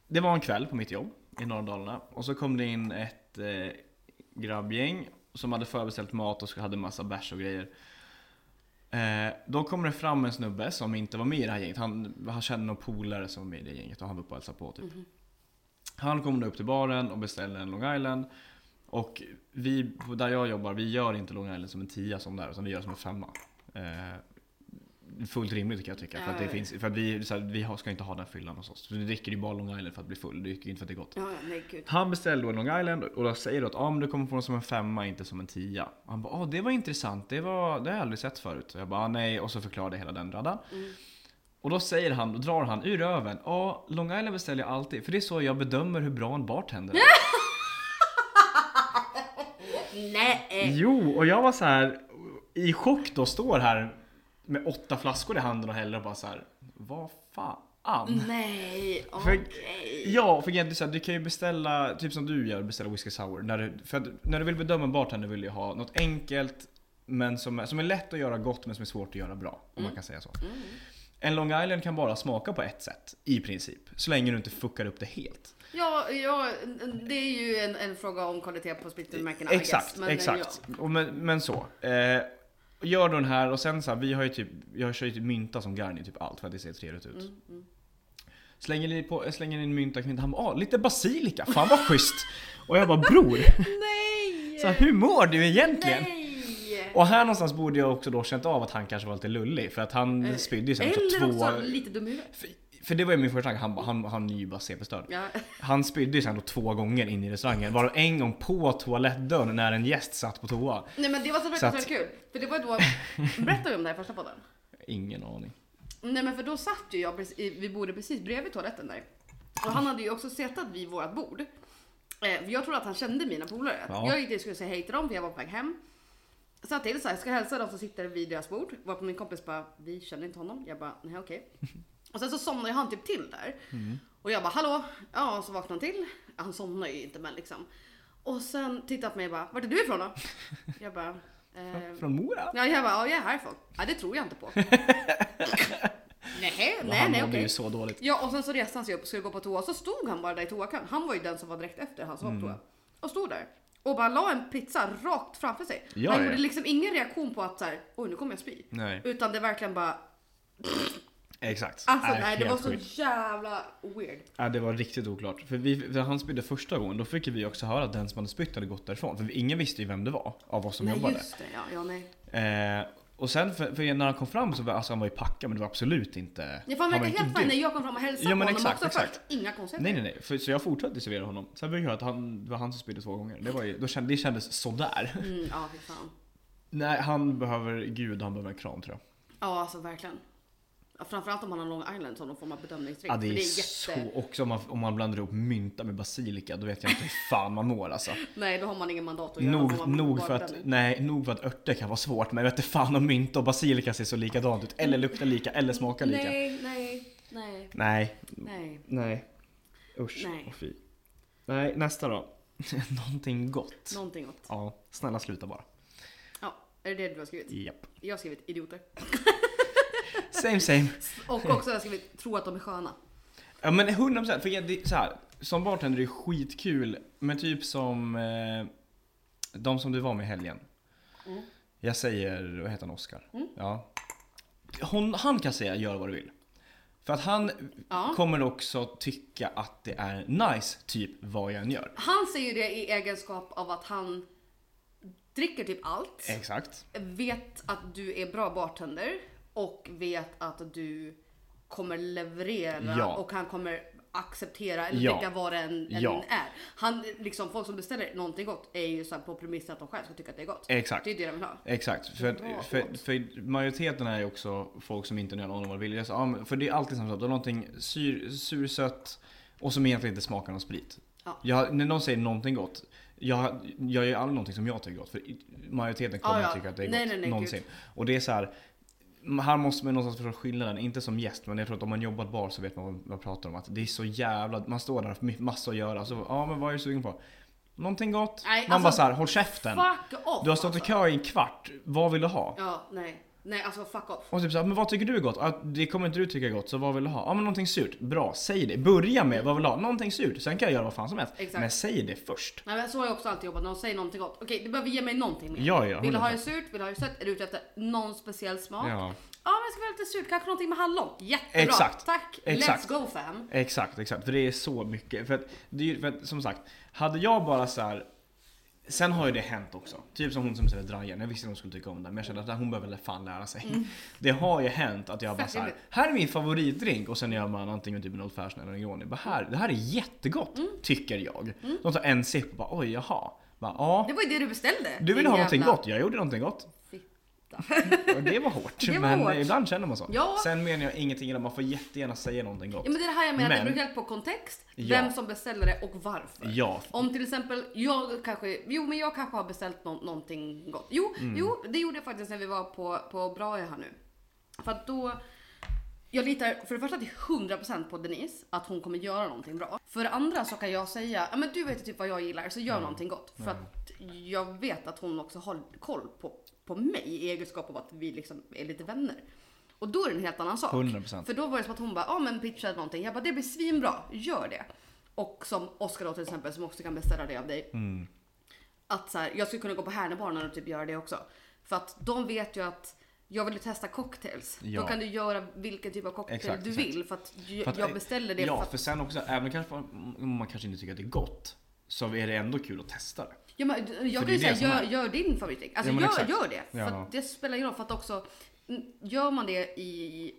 Det var en kväll på mitt jobb i norra Dalarna och så kom det in ett eh, grabbgäng som hade förbeställt mat och hade massa bärs och grejer. Eh, då kommer det fram en snubbe som inte var med i det här gänget. Han, han kände någon polare som var med i det gänget och han var uppe och hälsade på typ. Mhm. Han kommer då upp till baren och beställer en Long Island. Och vi, där jag jobbar, vi gör inte Long Island som en tia som där, utan vi gör som en femma. Eh, fullt rimligt kan jag tycka. För att, det Ja. finns, för att vi, så här, vi har- ska inte ha den fyllan hos oss. Du dricker ju bara Long Island för att bli full, du dricker ju inte för att det är gott. Ja, ja, nej gud. Han beställde då en Long Island och då säger du att ah, men du kommer få den som en femma, inte som en tia. Och Han bara ah, det var intressant, det, var, det har jag aldrig sett förut. Och jag bara ah, nej, och så förklarade jag hela den raddan. Och då säger han, då drar han ur röven, ja ah, Long Island beställer jag alltid för det är så jag bedömer hur bra en bartender är. Nej! Jo, och jag var så här i chock då, står här med åtta flaskor i handen och häller och bara så här, vad fan? Nej, För- okej. Ja, för grejen är så här, du kan ju beställa, typ som du gör, beställa whisky sour. När du, för att, när du vill bedöma en bartender vill du ju ha något enkelt, men som är, som är lätt att göra gott men som är svårt att göra bra. Om man kan säga så. En Long Island kan bara smaka på ett sätt, i princip. Så länge du inte fuckar upp det helt. Ja, ja, det är ju en, en fråga om kvalitet på spritmärkena. I guess. Exakt, Men, eh, exakt. Och men, men så. Eh, gör den här och sen så här, vi har ju typ, jag kör ju typ mynta som garn i typ allt för att det ser trevligt ut. Mm, Slänger, ni på, slänger in mynta, knyter, han bara ah, lite basilika, fan vad schysst! Och jag bara bror, Ja. Nej! så här, hur mår du egentligen? Nej! Och här någonstans borde jag också då känt av att han kanske var lite lullig för att han spydde ju sen också Eh, Eller två... också lite dum i huvudet. För, för det var ju min första tanke, han, bara, han, han är ju bara CP-störd. Ja. Han spydde ju sen då två gånger in i restaurangen, varav en gång på toalettdörren när en gäst satt på toa. Nej men det var så Så att- fruktansvärt kul. För det var då, berättade vi om det här i första podden? Ingen aning. Nej men för då satt ju jag, precis- i- vi bodde precis bredvid toaletten där. Och han hade ju också setat vid vårt bord. Eh, för jag trodde att han kände mina polare. Ja. Jag gick dit och skulle säga hej till dem för jag var på väg hem. Sa till så här, ska hälsa de som sitter vid deras bord. Var på min kompis bara, vi känner inte honom. Jag bara, nej okej. Och sen så somnade han typ till där. Och jag bara, hallå? Ja, och så vaknade han till. Han somnade ju inte men liksom. Och sen tittade han på mig och bara, vart är du ifrån då? Jag bara, eh, Från Mora? Ja, jag bara, ja, jag är härifrån. Ja, det tror jag inte på. nej, Men nej, han nej, mådde okej. ju så dåligt. Ja, och sen så reste han sig upp och skulle gå på toa, så stod han bara där i toakön. Han var ju den som var direkt efter han som Mm. var på toa. Och stod där. Och bara la en pizza rakt framför sig. Ja, han ja. gjorde liksom ingen reaktion på att så här, oj nu kommer jag spy. Nej. Utan det verkligen bara, Exakt. alltså nej, det helt var så sjukt. jävla weird. Ja, det var riktigt oklart. För vi, när han spydde första gången, då fick vi också höra att den som hade spytt hade gått därifrån. För vi- ingen visste ju vem det var av oss som nej jobbade. just det, ja, ja nej. Eh, och sen för, för när han kom fram så var alltså, han var ju packad men det var absolut inte... Ja, för han verkar var helt inte fin när gul. jag kom fram och hälsade Ja, på men honom exakt, också exakt. först. Inga konstigheter. Nej nej nej, för, så jag fortsatte servera honom. Sen fick jag höra att han, det var han som spydde två gånger. Det, var ju, då kände, det kändes sådär. Mm, ja, fy fan. Nej, han behöver gud, han behöver en kram tror jag. Ja, alltså verkligen. Ja, framförallt om man har Long Island som någon form av bedömningsdrink. Ja, det är, för så... Också om man, om man blandar ihop mynta med basilika, då vet jag inte hur fan man mår alltså. Nej, då har man ingen mandat att göra någon Nog, form av nog, för att, bedömning. nej, nog för att örter kan vara svårt, men jag vet inte fan om mynta och basilika ser så likadant ut. Eller luktar lika, eller smakar lika. Nej, nej, nej, Nej. nej. Nej. Usch. Nej. vad fy. nej, nästa då. Någonting gott. Någonting åt. Ja, snälla sluta bara. Ja, är det det du har skrivit? Japp. Jag har skrivit idioter. Same same. Och också har jag skrivit tro att de är sköna. Ja men 100% för jag- det, är så här, som bartender är det skitkul, men typ som eh, de som du var med i helgen. Mm. Jag säger, vad heter han, Oscar? Mm. Ja. Hon, han kan säga gör vad du vill. För att han Ja. kommer också tycka att det är nice, typ vad jag än gör. Han säger ju det i egenskap av att han dricker typ allt. Exakt. Vet att du är bra bartender och vet att du kommer leverera Ja. och han kommer acceptera eller Ja. tycka vad det än, än Ja. är. Han, liksom, folk som beställer någonting gott är ju så här på premissen att de själva ska tycka att det är gott. Exakt. Det är ju det de vill ha. Exakt, för, Bra att, för, åt. för majoriteten är ju också folk som inte har någon aning om vad de vill. Jag sa, Ja, men- för det är alltid samma sak, det är någonting syr, sursött och som egentligen inte smakar någon sprit. Ja. Jag, när någon säger någonting gott, jag, jag gör ju aldrig någonting som jag tycker är gott. För majoriteten kommer Ja, ja. att tycka att det är Nej, gott nej, nej, gud. någonsin. Och det är så här, här måste man ju någonstans förstå skillnaden, inte som gäst men jag tror att om man jobbat bar så vet man vad man pratar om. Att det är så jävla, man står där med massa att göra. Så, ja men vad är du sugen på? Någonting gott? Nej, man alltså, bara så här, håll käften! Fuck off! Du har stått i alltså. kö i en kvart, vad vill du ha? Ja, nej. Nej alltså fuck off. Och typ såhär, men vad tycker du är gott? Ah, det kommer inte du tycka är gott, så vad vill du ha? Ja ah, men någonting surt. Bra, säg det. Börja med vad vill du ha? Någonting surt. Sen kan jag göra vad fan som helst. Exakt. Men säg det först. Nej, men så har jag också alltid jobbat, någon säger någonting gott. Okej du behöver ge mig någonting mer. Ja, ja, vill du ha det 100%. surt, vill du ha det sött, är du ute efter någon speciell smak? Ja Ja, men jag ska vilja ha lite surt, kanske någonting med hallon. Jättebra, Exakt. tack! Exakt. Let's go fam! exakt, exakt. För det är så mycket. För att, det är, ju- för att som sagt, hade jag bara så här. Sen har ju det hänt också. Typ som hon som säljer drajen. Jag visste att hon skulle tycka om den men jag kände att hon behöver fan lära sig. Mm. Det har ju hänt att jag bara Fett såhär, rimligt. här är min favoritdrink och sen gör man antingen typ en Old Fashion eller en Negroni. Bara, här, det här är jättegott, Mm. tycker jag. De tar en sipp och bara oj jaha. Bara, ja. Det var ju det du beställde. Du ville din ha någonting jävla gott, jag gjorde någonting gott. fitta. Och det var hårt. Det var men hårt. ibland känner man så. Ja. Sen menar jag ingenting illa, man får jättegärna säga någonting gott. Ja, men det är det här jag menar, Men- det beror helt på kontext, Ja. vem som beställer det och varför. Ja. Om till exempel jag kanske, jo men jag kanske har beställt nå- någonting gott. Jo, Mm. jo, det gjorde jag faktiskt när vi var på, på Brahe här nu. För att då, jag litar för det första till 100% på Denise, att hon kommer göra någonting bra. För det andra så kan jag säga, ja men du vet ju typ vad jag gillar, så gör någonting gott. För att jag vet att hon också har koll på, på mig i egenskap av att vi liksom är lite vänner. Och då är det en helt annan sak. 100%. För då var det som att hon bara, ja men pitchade någonting. Jag bara, det blir svinbra, gör det. Och som Oskar då till exempel, som också kan beställa det av dig. Att så här, jag skulle kunna gå på Härnebarnen och typ göra det också. För att de vet ju att jag vill ju testa cocktails. Ja. Då kan du göra vilken typ av cocktail Exakt, du exakt. vill. För att, ju- För att- eh, jag beställer det Ja, för att... för sen också, även kanske om man kanske inte tycker att det är gott, så är det ändå kul att testa det. Ja, men, jag För kan ju det är säga, det som gör, gör din favoritdrink. Alltså Ja, men gör, exakt. gör det. För Ja. att det spelar ingen roll. För att också, n- gör man det i,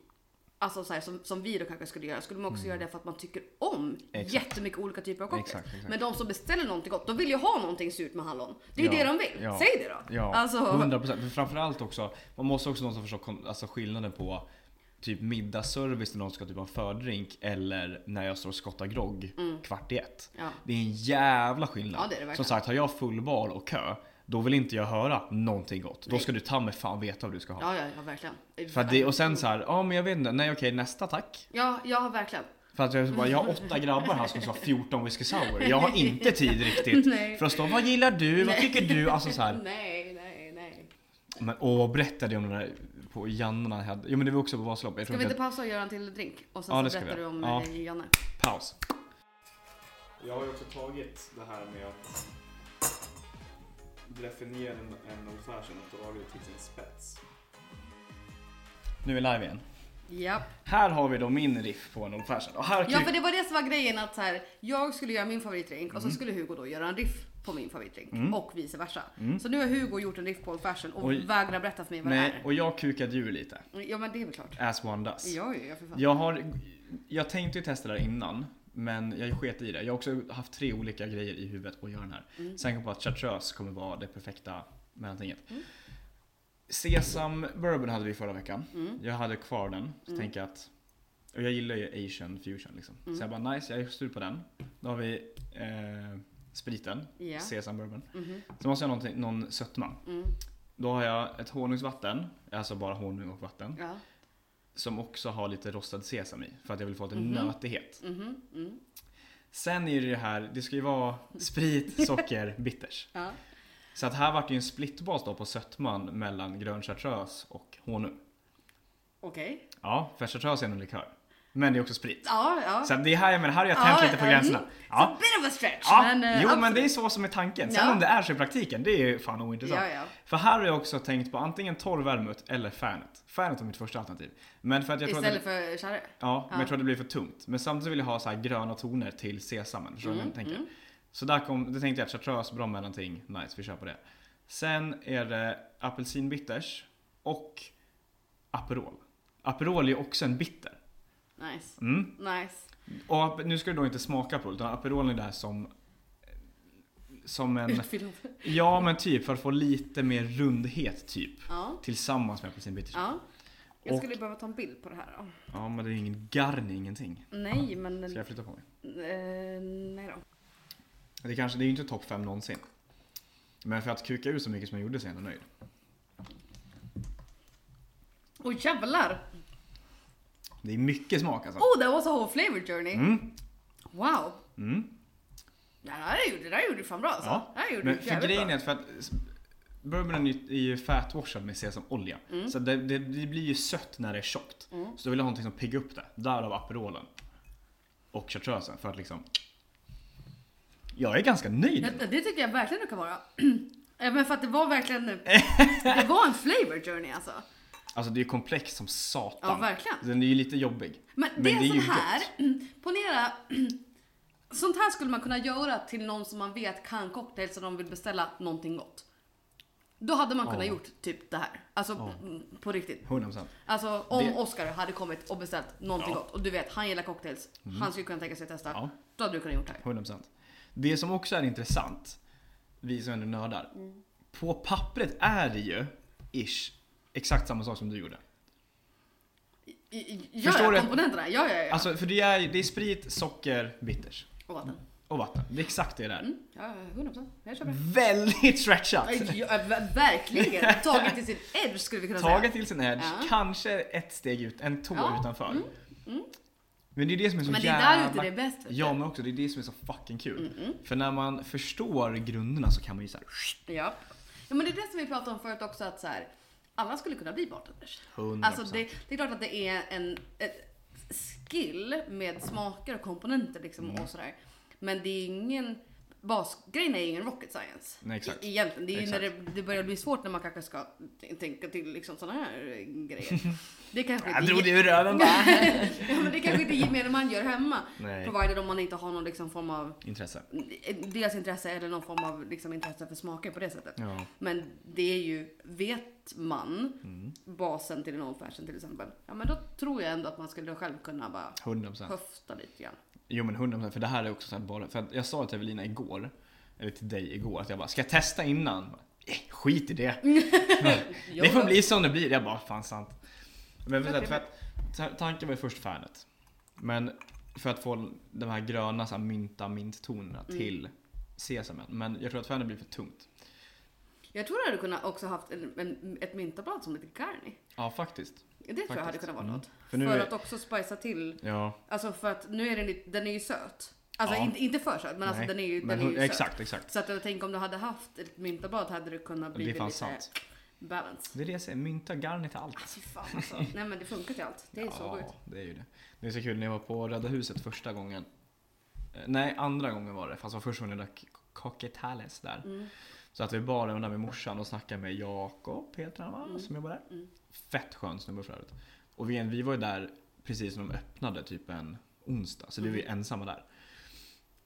alltså så här, som, som vi då kanske skulle göra, skulle man också göra det för att man tycker om Mm. Exakt. jättemycket olika typer av cocktails. Exakt, exakt. Men de som beställer någonting gott, de vill ju ha någonting surt med hallon. Det är ju Ja, det de vill. ja, Säg det då. Ja, Alltså, 100%. För framförallt också, man måste också någonstans förstå kon- alltså skillnaden på typ middagsservice när någon ska typ ha en fördrink eller när jag står och skottar grogg kvart i ett. Mm. Ja. Det är en jävla skillnad. Ja, det är det verkligen. Som sagt, har jag full bar och kö, då vill inte jag höra någonting gott. Då Nej. ska du ta mig fan veta vad du ska ha. ja, ja, ja, verkligen. För att det, och sen så här, ja men jag vet inte, nej okej nästa tack. Ja, ja, verkligen. För att jag, bara, jag har åtta grabbar här som ska ha 14 whisky sour. Jag har inte tid riktigt. Nej. För att stå, vad gillar du? Vad tycker du? Alltså så här, Nej, nej, nej. Men åh, vad berättade jag om den där på Jannarna jag hade? Jo men det var också på Vasaloppet. Jag Ska tror vi inte inte att... pausa och göra en till drink? Och sen Ja, det så ska vi berättar du göra. om Ja. eh, Janne. Paus. Jag har ju också tagit det här med att definiera en, en old fashion och dra det till sin spets. Nu är vi live igen. Japp. Här har vi då min riff på en old fashion. Och här kan Ja ju- för det var det som var grejen att så här, jag skulle göra min favoritdrink Mm. och så skulle Hugo då göra en riff på min favoritdrink och vice versa. Så nu har Hugo gjort en riff på Old Fashion och Mm. Oj. vägrar berätta för mig vad Nej, och jag kukade ju lite. det är. Ja men det är väl klart. As one does. Ja, ja, ja för fan. Jag har... Jag tänkte ju testa det här innan. Men jag sket i det. Jag har också haft tre olika grejer i huvudet på att göra den här. Mm. Sen kom jag på att chartreuse kommer vara det perfekta mellantinget. Sesam bourbon hade vi förra veckan. Mm. Jag hade kvar den. Så tänkte jag att... Och jag gillar ju asian fusion liksom. Så jag bara nice, jag är sur på den. Då har vi eh, spriten. Ja. Mm-hmm. Sesam bourbon. Så måste jag ha någonting- någon sötma. Mm. Då har jag ett honungsvatten. Alltså bara honung och vatten. Ja. Som också har lite rostad sesam i. För att jag vill få lite Mhm. nötighet. Mhm. Mm. Sen är det ju det här, det ska ju vara sprit, socker, bitters. Ja. Så att här vart det ju en splitbas då på sötman mellan grön chartreuse och honung. Okej. Ja, för chartreuse är en likör. Men det är också sprit. Ja, ja. Så att det är här, men här har jag Ja, tänt lite på mm. gränserna. Ja. Ja. Bit of a stretch. eh, Ja, jo men absolut. det är så som är tanken. Sen Ja. om det är så i praktiken, det är ju fan ointressant. Ja, ja. För här har jag också tänkt på antingen torr vermouth eller Fernet. Fernet var mitt första alternativ. Men för att jag tror att det- Istället för kärre. Ja, men Ja. jag tror det blir för tungt. Men samtidigt vill jag ha så här gröna toner till sesamen. Förstår du Mm, vad jag tänker? Så där kom, det tänkte jag chartreuse, bra med någonting. Nice, vi kör på det. Sen är det apelsinbitters och Aperol. Aperol är ju också en bitter. Nice. Mm. Nice. Och ap- nu ska du då inte smaka Aperol, utan Aperol är det här som... Som en... Utfyllnad. Ja men typ, för att få lite mer rundhet typ. Ja. Tillsammans med apelsinbitters. Ja. Ja. Jag Och- skulle behöva ta en bild på det här då. men det är ju ingen garn, ingenting. Nej men... Ska jag flytta på mig? Eh, nej då. Det kanske, det är ju inte topp 5 någonsin. Men för att kuka ur så mycket som jag gjorde så är jag ändå nöjd. Oj jävlar! Det är mycket smak alltså. Oh that was a whole flavor journey. Mm. Wow! Mm. Det här gjorde, det här gjorde du fan bra alltså. Ja. Det här gjorde Men du för jävligt grejen bra. är att för att Bourbonen är ju- är ju fatwashad med sesamolja. Mm. Så det, det, det blir ju sött när det är tjockt. Så då vill jag ha någonting som piggar upp det. Därav Aperolen. Och chartreusen för att liksom... Jag är ganska nöjd. Det, det tycker jag verkligen det kan vara. Ja, men för att det var verkligen... Det var en flavor journey alltså. Alltså det är ju komplext som satan. Ja, verkligen. Den är ju lite jobbig. Men, det är, ju sån här, gött. ponera, sånt här skulle man kunna göra till någon som man vet kan cocktail så de vill beställa någonting gott. Då hade man kunnat Ja. gjort typ det här. Alltså mm, på riktigt. 100%. Alltså om Det- Oscar hade kommit och beställt någonting Ja. Mm. gott och du vet, han gillar cocktails. Han skulle kunna tänka sig att testa. Ja. Då hade du kunnat gjort det här. 100%. Det som också är intressant, vi som ändå nördar. Mm. På pappret är det ju, ish, exakt samma sak som du gjorde. I- i- Ja, Förstår ja, du? komponenterna. Ja, ja, ja. Alltså för det är, det är sprit, socker, bitters och vatten. och vatten. Det är exakt det det är. Mm, ja, ja, 100%. Jag köper Mm. det. Väldigt stretchat! Ja, ver- verkligen. Taget till sin edge skulle vi kunna Taget säga. till sin edge, Ja. kanske ett steg ut, en tå Ja, Mm. utanför. Men det är det som är så Men det är jävla... där ute det är Mm, bäst. vet du. Ja men också det är det som är så fucking kul. För när man förstår grunderna så kan man ju såhär Ja. ja, men det är det som vi pratade om förut också att så här, alla skulle kunna bli bartenders. 100%. Alltså det, det är klart att det är en ett skill med smaker och komponenter liksom Mm. och sådär. Men det är ingen basgrejen är ingen rocket science. Nej, exakt. E- egentligen. Det är ju när Exakt. det, det börjar bli svårt när man kanske ska t- tänka till liksom sådana här eh, grejer. Det kanske Jag inte drog ge- det ur röven bara. ja, men det kanske inte gemene man gör hemma. Nej. Provided om man inte har någon liksom form av eh, Intresse. deras intresse eller någon form av liksom, intresse för smaker på det sättet. Ja. Men det är ju, vet man mm. basen till en old fashion till exempel, ja men då tror jag ändå att man skulle själv kunna bara 100%. höfta lite grann. Jo men 100% för det här är också såhär bara, för att jag sa till Evelina igår, eller till dig igår, att jag bara ska jag testa innan? Eh, skit i det. Jo, Det får då. bli som det blir. Jag bara, fan sant. Men för Okej, att, för att, ta- tanken var ju först Fernet. Men för att få de här gröna så här, mynta minttonerna Mm. till sesamen. Men jag tror att Fernet blir för tungt. Jag tror jag hade kunnat också haft en, en, ett myntablad som lite garni. Ja, faktiskt. Det tror jag hade Faktiskt. kunnat vara Mm. något. För, För nu är- att också spicea till, Ja, alltså för att nu är den lite, den är ju söt. Alltså Ja. inte, inte för söt, men alltså nej. den är ju, Men den är hon- ju söt. Exakt, exakt. Så att jag tänker om du hade haft ett myntablad hade det kunnat bli Det är lite fan sant. balance. Det är det jag säger, mynta garnet till allt. Fy fan alltså. Nej men det funkar till allt. Det är så Ja, gott. det är ju det. Det är så kul, när jag var på Röda huset första gången. eh, Nej, andra gången var det. Fast det var första gången jag drack Cocketales där. Mm. Så att vi bara var där med morsan och snackade med Jakob, heter han va? Mm. Som jobbar där. Fett skön snubbe för övrigt. Och vi, vi var ju där precis när de öppnade, typ en onsdag. Så vi var ju Mm. ensamma där.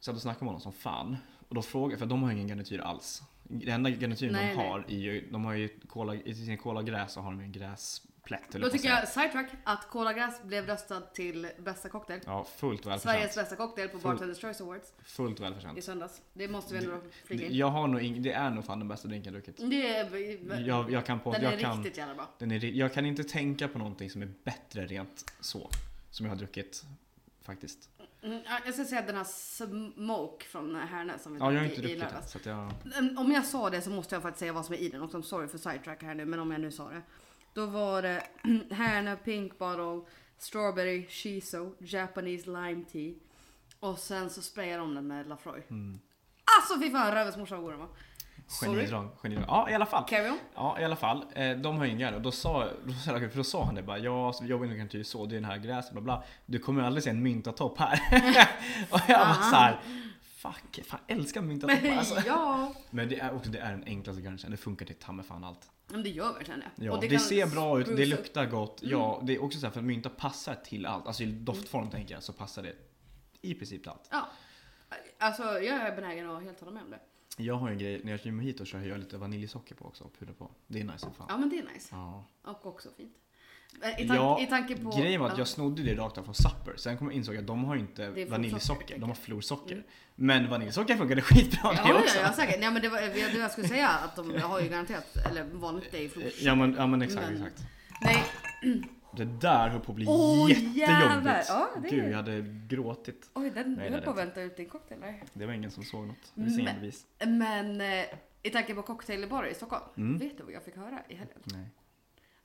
Så att då snackade man om som fan. Och då frågade för de har ju ingen garnityr alls. Den enda garnityren Nej, de nej. har är ju, de har ju kola, i sin kolagräs så har de ju en gräsplätt. Då eller vad man tycker säger. jag, sidetrack, att Cola Grass blev röstad till bästa cocktail. Ja, fullt Sveriges välförtjänt. bästa cocktail på Full- Bartenders Choice Awards Fullt i välförtjänt. söndags. Det måste vi ändå flyga in. Jag har nog ing- det är nog fan den bästa drinken jag druckit. Det är, Jag, jag kan på, den är jag kan, riktigt jävla bra. den är, ri- jag kan inte tänka på någonting som är bättre rent så. Som jag har druckit. Faktiskt. Mm, ja, jag ska säga den här Smoke från Härnäs som vi Ja, jag har drack inte i- i druckit det. lördags. Så att jag... Mm, Om jag sa det så måste jag faktiskt säga vad som är i den också. I'm Sorry för sidetrack här nu, men om jag nu sa det. Då var det Härna Pink Bottle, Strawberry Shiso, Japanese Lime Tea. Och sen så sprayar de den med Lafroy. Mm. Alltså fy fan rövens morsa vad god den var. Sorry. Genidrag, genidrag. Ja, i alla fall. Carry on. Ja, i alla fall. Eh, De har ju inga. Och Då sa, då sa, jag- för då sa han det bara. Ja, så vi jobbar inom garanti så. Det är den här gräset. Bla, bla. Du kommer aldrig se en myntatopp här. och jag var Fan. såhär. Fuck, fan älskar myntatoppar alltså. ja, Men det är också det är den enklaste garnishen. Det funkar till ta mig fan allt. men det gör verkligen det. Ja, Och det, kan ser bra ut, det spruce upp. Mm. luktar gott. Ja, det är också så här för att mynta passar till allt. Alltså i doftform tänker jag så passar det i princip till allt. Ja. Alltså jag är benägen att helt hålla med om det. Jag har ju en grej, när jag kör mojito så har jag lite vaniljsocker på också och pudrar på. Det är nice som fan. Ja men det är nice. Ja. Och också fint. Eh, I, tank, Ja, i tanke på... Grejen var ja. att jag snodde det rakt av från Supper. Sen kom jag insåg att de har ju Det inte är vaniljsocker, florsocker, de har tänker florsocker. Men vaniljsocker funkade skitbra det Ja, också. ja, ja, säkert. Nej, men det var, jag, jag skulle säga att de har ju garanterat, eller vanligt det i frukt. Ja men, ja, men exakt, Men- exakt. Nej, Det där höll på att bli Åh, jävlar. jättejobbigt. Ja, det är- Gud, jag hade gråtit. oj den Nej, höll det på är att vänta ut din cocktail där. Det var ingen som såg något. Det finns inga Men- bevis. Mm. Men eh, i tanke på cocktailbarer i Stockholm, vet du vad jag fick höra i helgen? Nej.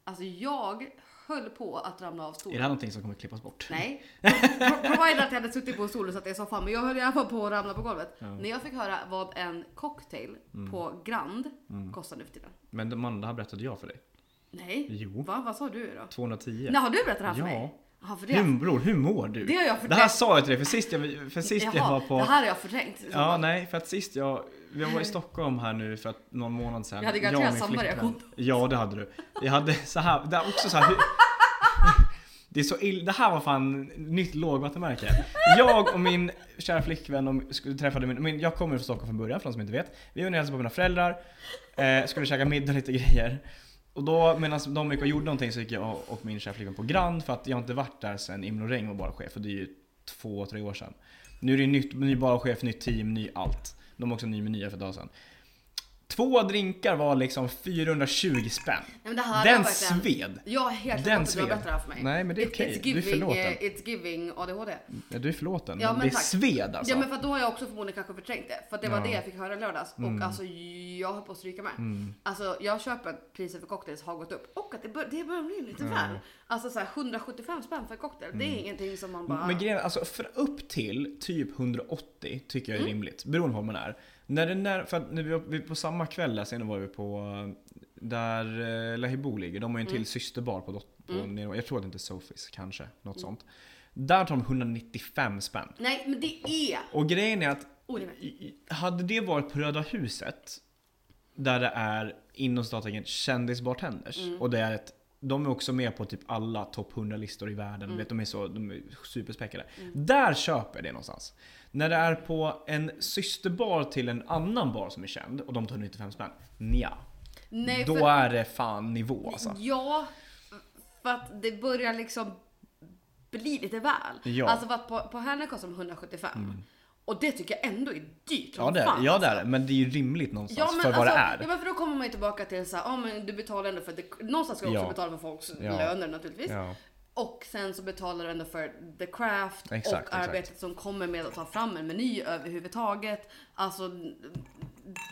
Alltså jag höll på att ramla av Är stolen. det här någonting som kommer klippas bort? Nej. Pro- Provided att jag hade suttit på en stol och satt i soffan. Men jag höll i alla fall på att ramla på golvet. Mm. När jag fick höra vad en cocktail på Grand kostar nu för tiden. Mm. Men de- man, det här berättade jag för dig. Nej. Jo. Va? Vad sa du då? 210. Nej, har du berättat det här för Ja. mig? Ja. För det, Hur, bror, hur mår du? Det har jag Det här förträngt. sa jag till dig för sist jag, för sist jag var Jaha, på... det här har jag förträngt. i så Ja, fall. nej, för att sist jag... Jag var i Stockholm här nu för att någon månad sedan. Jag hade och garanterat min samma flickvän- reaktion. Ja, det hade du. Jag hade så här, det är också så här... hur- Det är så ill, Det här var fan nytt lågvattenmärke. Jag och min kära flickvän om, skulle, träffade min, min... Jag kommer från Stockholm från början för de som inte vet. Vi var nere och hälsade på mina föräldrar. Eh, skulle käka middag och lite grejer. Och då medan de gick och gjorde någonting så gick jag och, och min kära flickvän på Grand för att jag har inte varit där sen Imlo Reng var bara chef och det är ju två, tre år sedan. Nu är det nytt, ny barchef, nytt team, ny allt. De har också en ny meny här för ett tag sedan. Två drinkar var liksom 420 spänn. Nej, men det här har jag Den verkligen- sved! Jag har helt Den glömt att du har sved. berättat det här för mig. Nej, men det är It- okej. It's Du är giving, förlåten. eh, It's giving ADHD. Ja, du är förlåten, Ja, men, men det tack. sved alltså. Ja men för att då har jag också förmodligen kanske förträngt det. För att det var Ja. Mm. det jag fick höra i lördags. Och alltså jag höll på att stryka med. Alltså jag köper att priset för cocktails har gått upp. Och att det, bör, det börjar bli lite väl. Alltså såhär 175 spänn för en cocktail. Det är ingenting som man bara... Mm. Men grejen är, alltså för upp till typ 180 tycker Mm. jag är rimligt. Beroende på vad man är. När det när, för att när vi var vi på samma kväll där sen var vi på eh, där eh, Lahibou ligger. De har ju Mm. en till systerbar på, dot, på nere- Jag tror att det inte är Sofis kanske. Något sånt. Där tar de 195 spänn. Nej men det är... Och grejen är att Oh, det är... i- i- hade det varit på Röda huset där det är inom citattecken kändisbartenders Mm. och det är ett de är också med på typ alla topp 100-listor i världen. Mm. Du Vet, de är så de är superspäckade. Där köper jag det någonstans. När det är på en systerbar till en annan bar som är känd och de tar 95 spänn. Nja. Nej Då för... är det fan nivå alltså. Ja. För att det börjar liksom bli lite väl. Ja. Mm. Alltså för att på, på henne kostar de 175. Och det tycker jag ändå är dyrt som Ja det är fan, alltså. det. Ja, det, är det. Men det är ju rimligt någonstans Ja men, för alltså, vad det ja är. men för då kommer man ju tillbaka till så här, ja men du betalar ändå för det, någonstans ska du också Ja. betala för folks Ja. löner naturligtvis. Ja. Och sen så betalar du ändå för the craft och Exakt, exakt. arbetet som kommer med att ta fram en meny överhuvudtaget. Alltså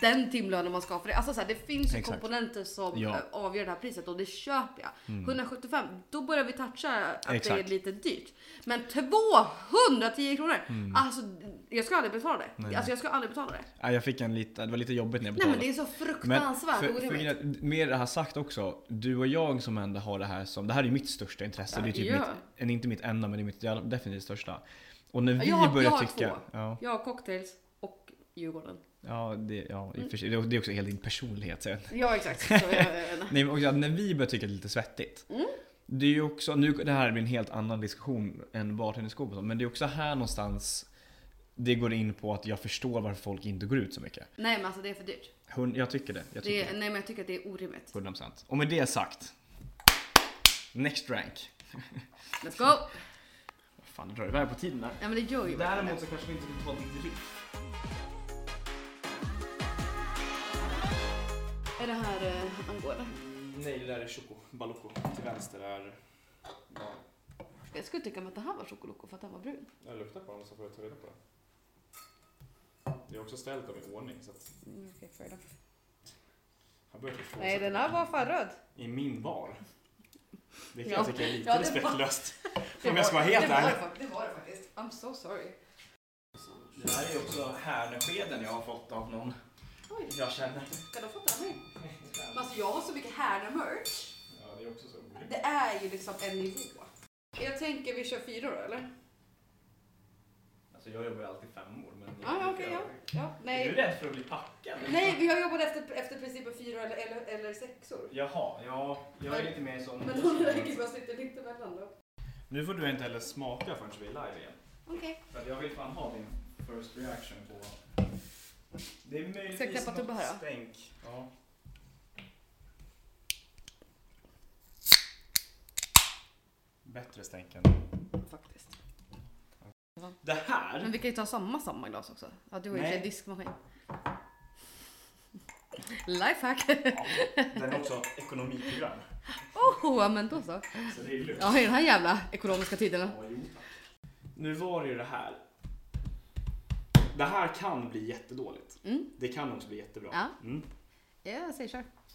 den timlönen man ska ha för det. Alltså så här, det finns ju Exakt. komponenter som Ja. Mm. eh, avgör det här priset och det köper jag. 175, då börjar vi toucha att det är Exakt. lite dyrt. Men 210 kronor! Mm. Alltså jag ska aldrig betala det. Alltså jag ska aldrig betala det. Ja, jag fick en lite, det var lite jobbigt när jag Nej betalade. men det är så fruktansvärt för, för, orimligt. grejen är, Med det här sagt också, du och jag som ändå har det här som, det här är ju mitt största intresse. Det är typ Ja. mitt, en- inte mitt enda men det är mitt jävla- definitivt största. Och när vi Jag har, jag börjar har tycka... två. Ja, Jag har cocktails och Djurgården. ja, det, ja i och för sig, det är det är också hela din personlighet. Så. jag- Ja exakt. Så jag, Nej, men också, att när vi börjar tycka det är lite svettigt. Mm. Det är ju också, nu, det här blir en helt annan diskussion än bartenderskor och sånt, men det är också här någonstans det går in på att jag förstår varför folk inte går ut så mycket. nej men alltså det är för dyrt. Hund, jag tycker det. Jag tycker Det det. är, nej men jag tycker att det är orimligt. 100%. Och med det sagt. Next rank. Let's go! Fan, det drar iväg på tiden där. Ja men det gör ju verkligen Däremot det. så kanske vi inte vill ta ditt riff. Är det här eh, Angola? Nej, det där är Choco Balocco. Till vänster är... Ja, Jag skulle tycka att det här var Chocoloco för att den var brun. jag luktar på dem så får jag ta reda på det. Jag har också ställt dem i ordning så att... Mm, okej, fair enough. Jag börjar förstå. Nej den här var fan röd. I min bar. Det kan Ja. jag tycka är lite Ja, det var- respektlöst. Det Om jag ska vara helt det var det ärlig. fak- Det var det faktiskt. I'm so sorry. Det här är också härneskeden jag har fått av någon Oj, jag känner. ska de få ta mig? Men Alltså jag har så mycket härlig merch. Ja, det är också så roligt. Det är ju liksom en nivå. Jag tänker vi kör fyra då eller? Alltså jag jobbar ju alltid fem år men... Ja, ja, okej, ja. ja. Nej. rädd för att bli packad? Nej, vi har jobbat efter, efter principen fyra eller, eller, eller sexor. Jaha, ja. Jag är lite mer som... Men hon räcker bara sitter mitt emellan då. Nu får du inte heller smaka förrän vi är live igen. Okej. För att jag vill fan ha din first reaction på... Det är möjligtvis Ska jag knäppa något tubba här då? stänk. Ja. Bättre stänk än... Faktiskt. Det här! Men vi kan ju ta samma samma glas också. Ja, du har ju Nej. inte diskmaskin. Lifehack! Den är också ekonomiprogram. Oh, ja, men då så. Så det är lugnt. Ja, i den här jävla ekonomiska tiderna. Ja, jo, tack. Nu var det ju det här. Det här kan bli jättedåligt. Mm. Det kan också bli jättebra. Ja. Mm. Mm. Ja, jag säger kör.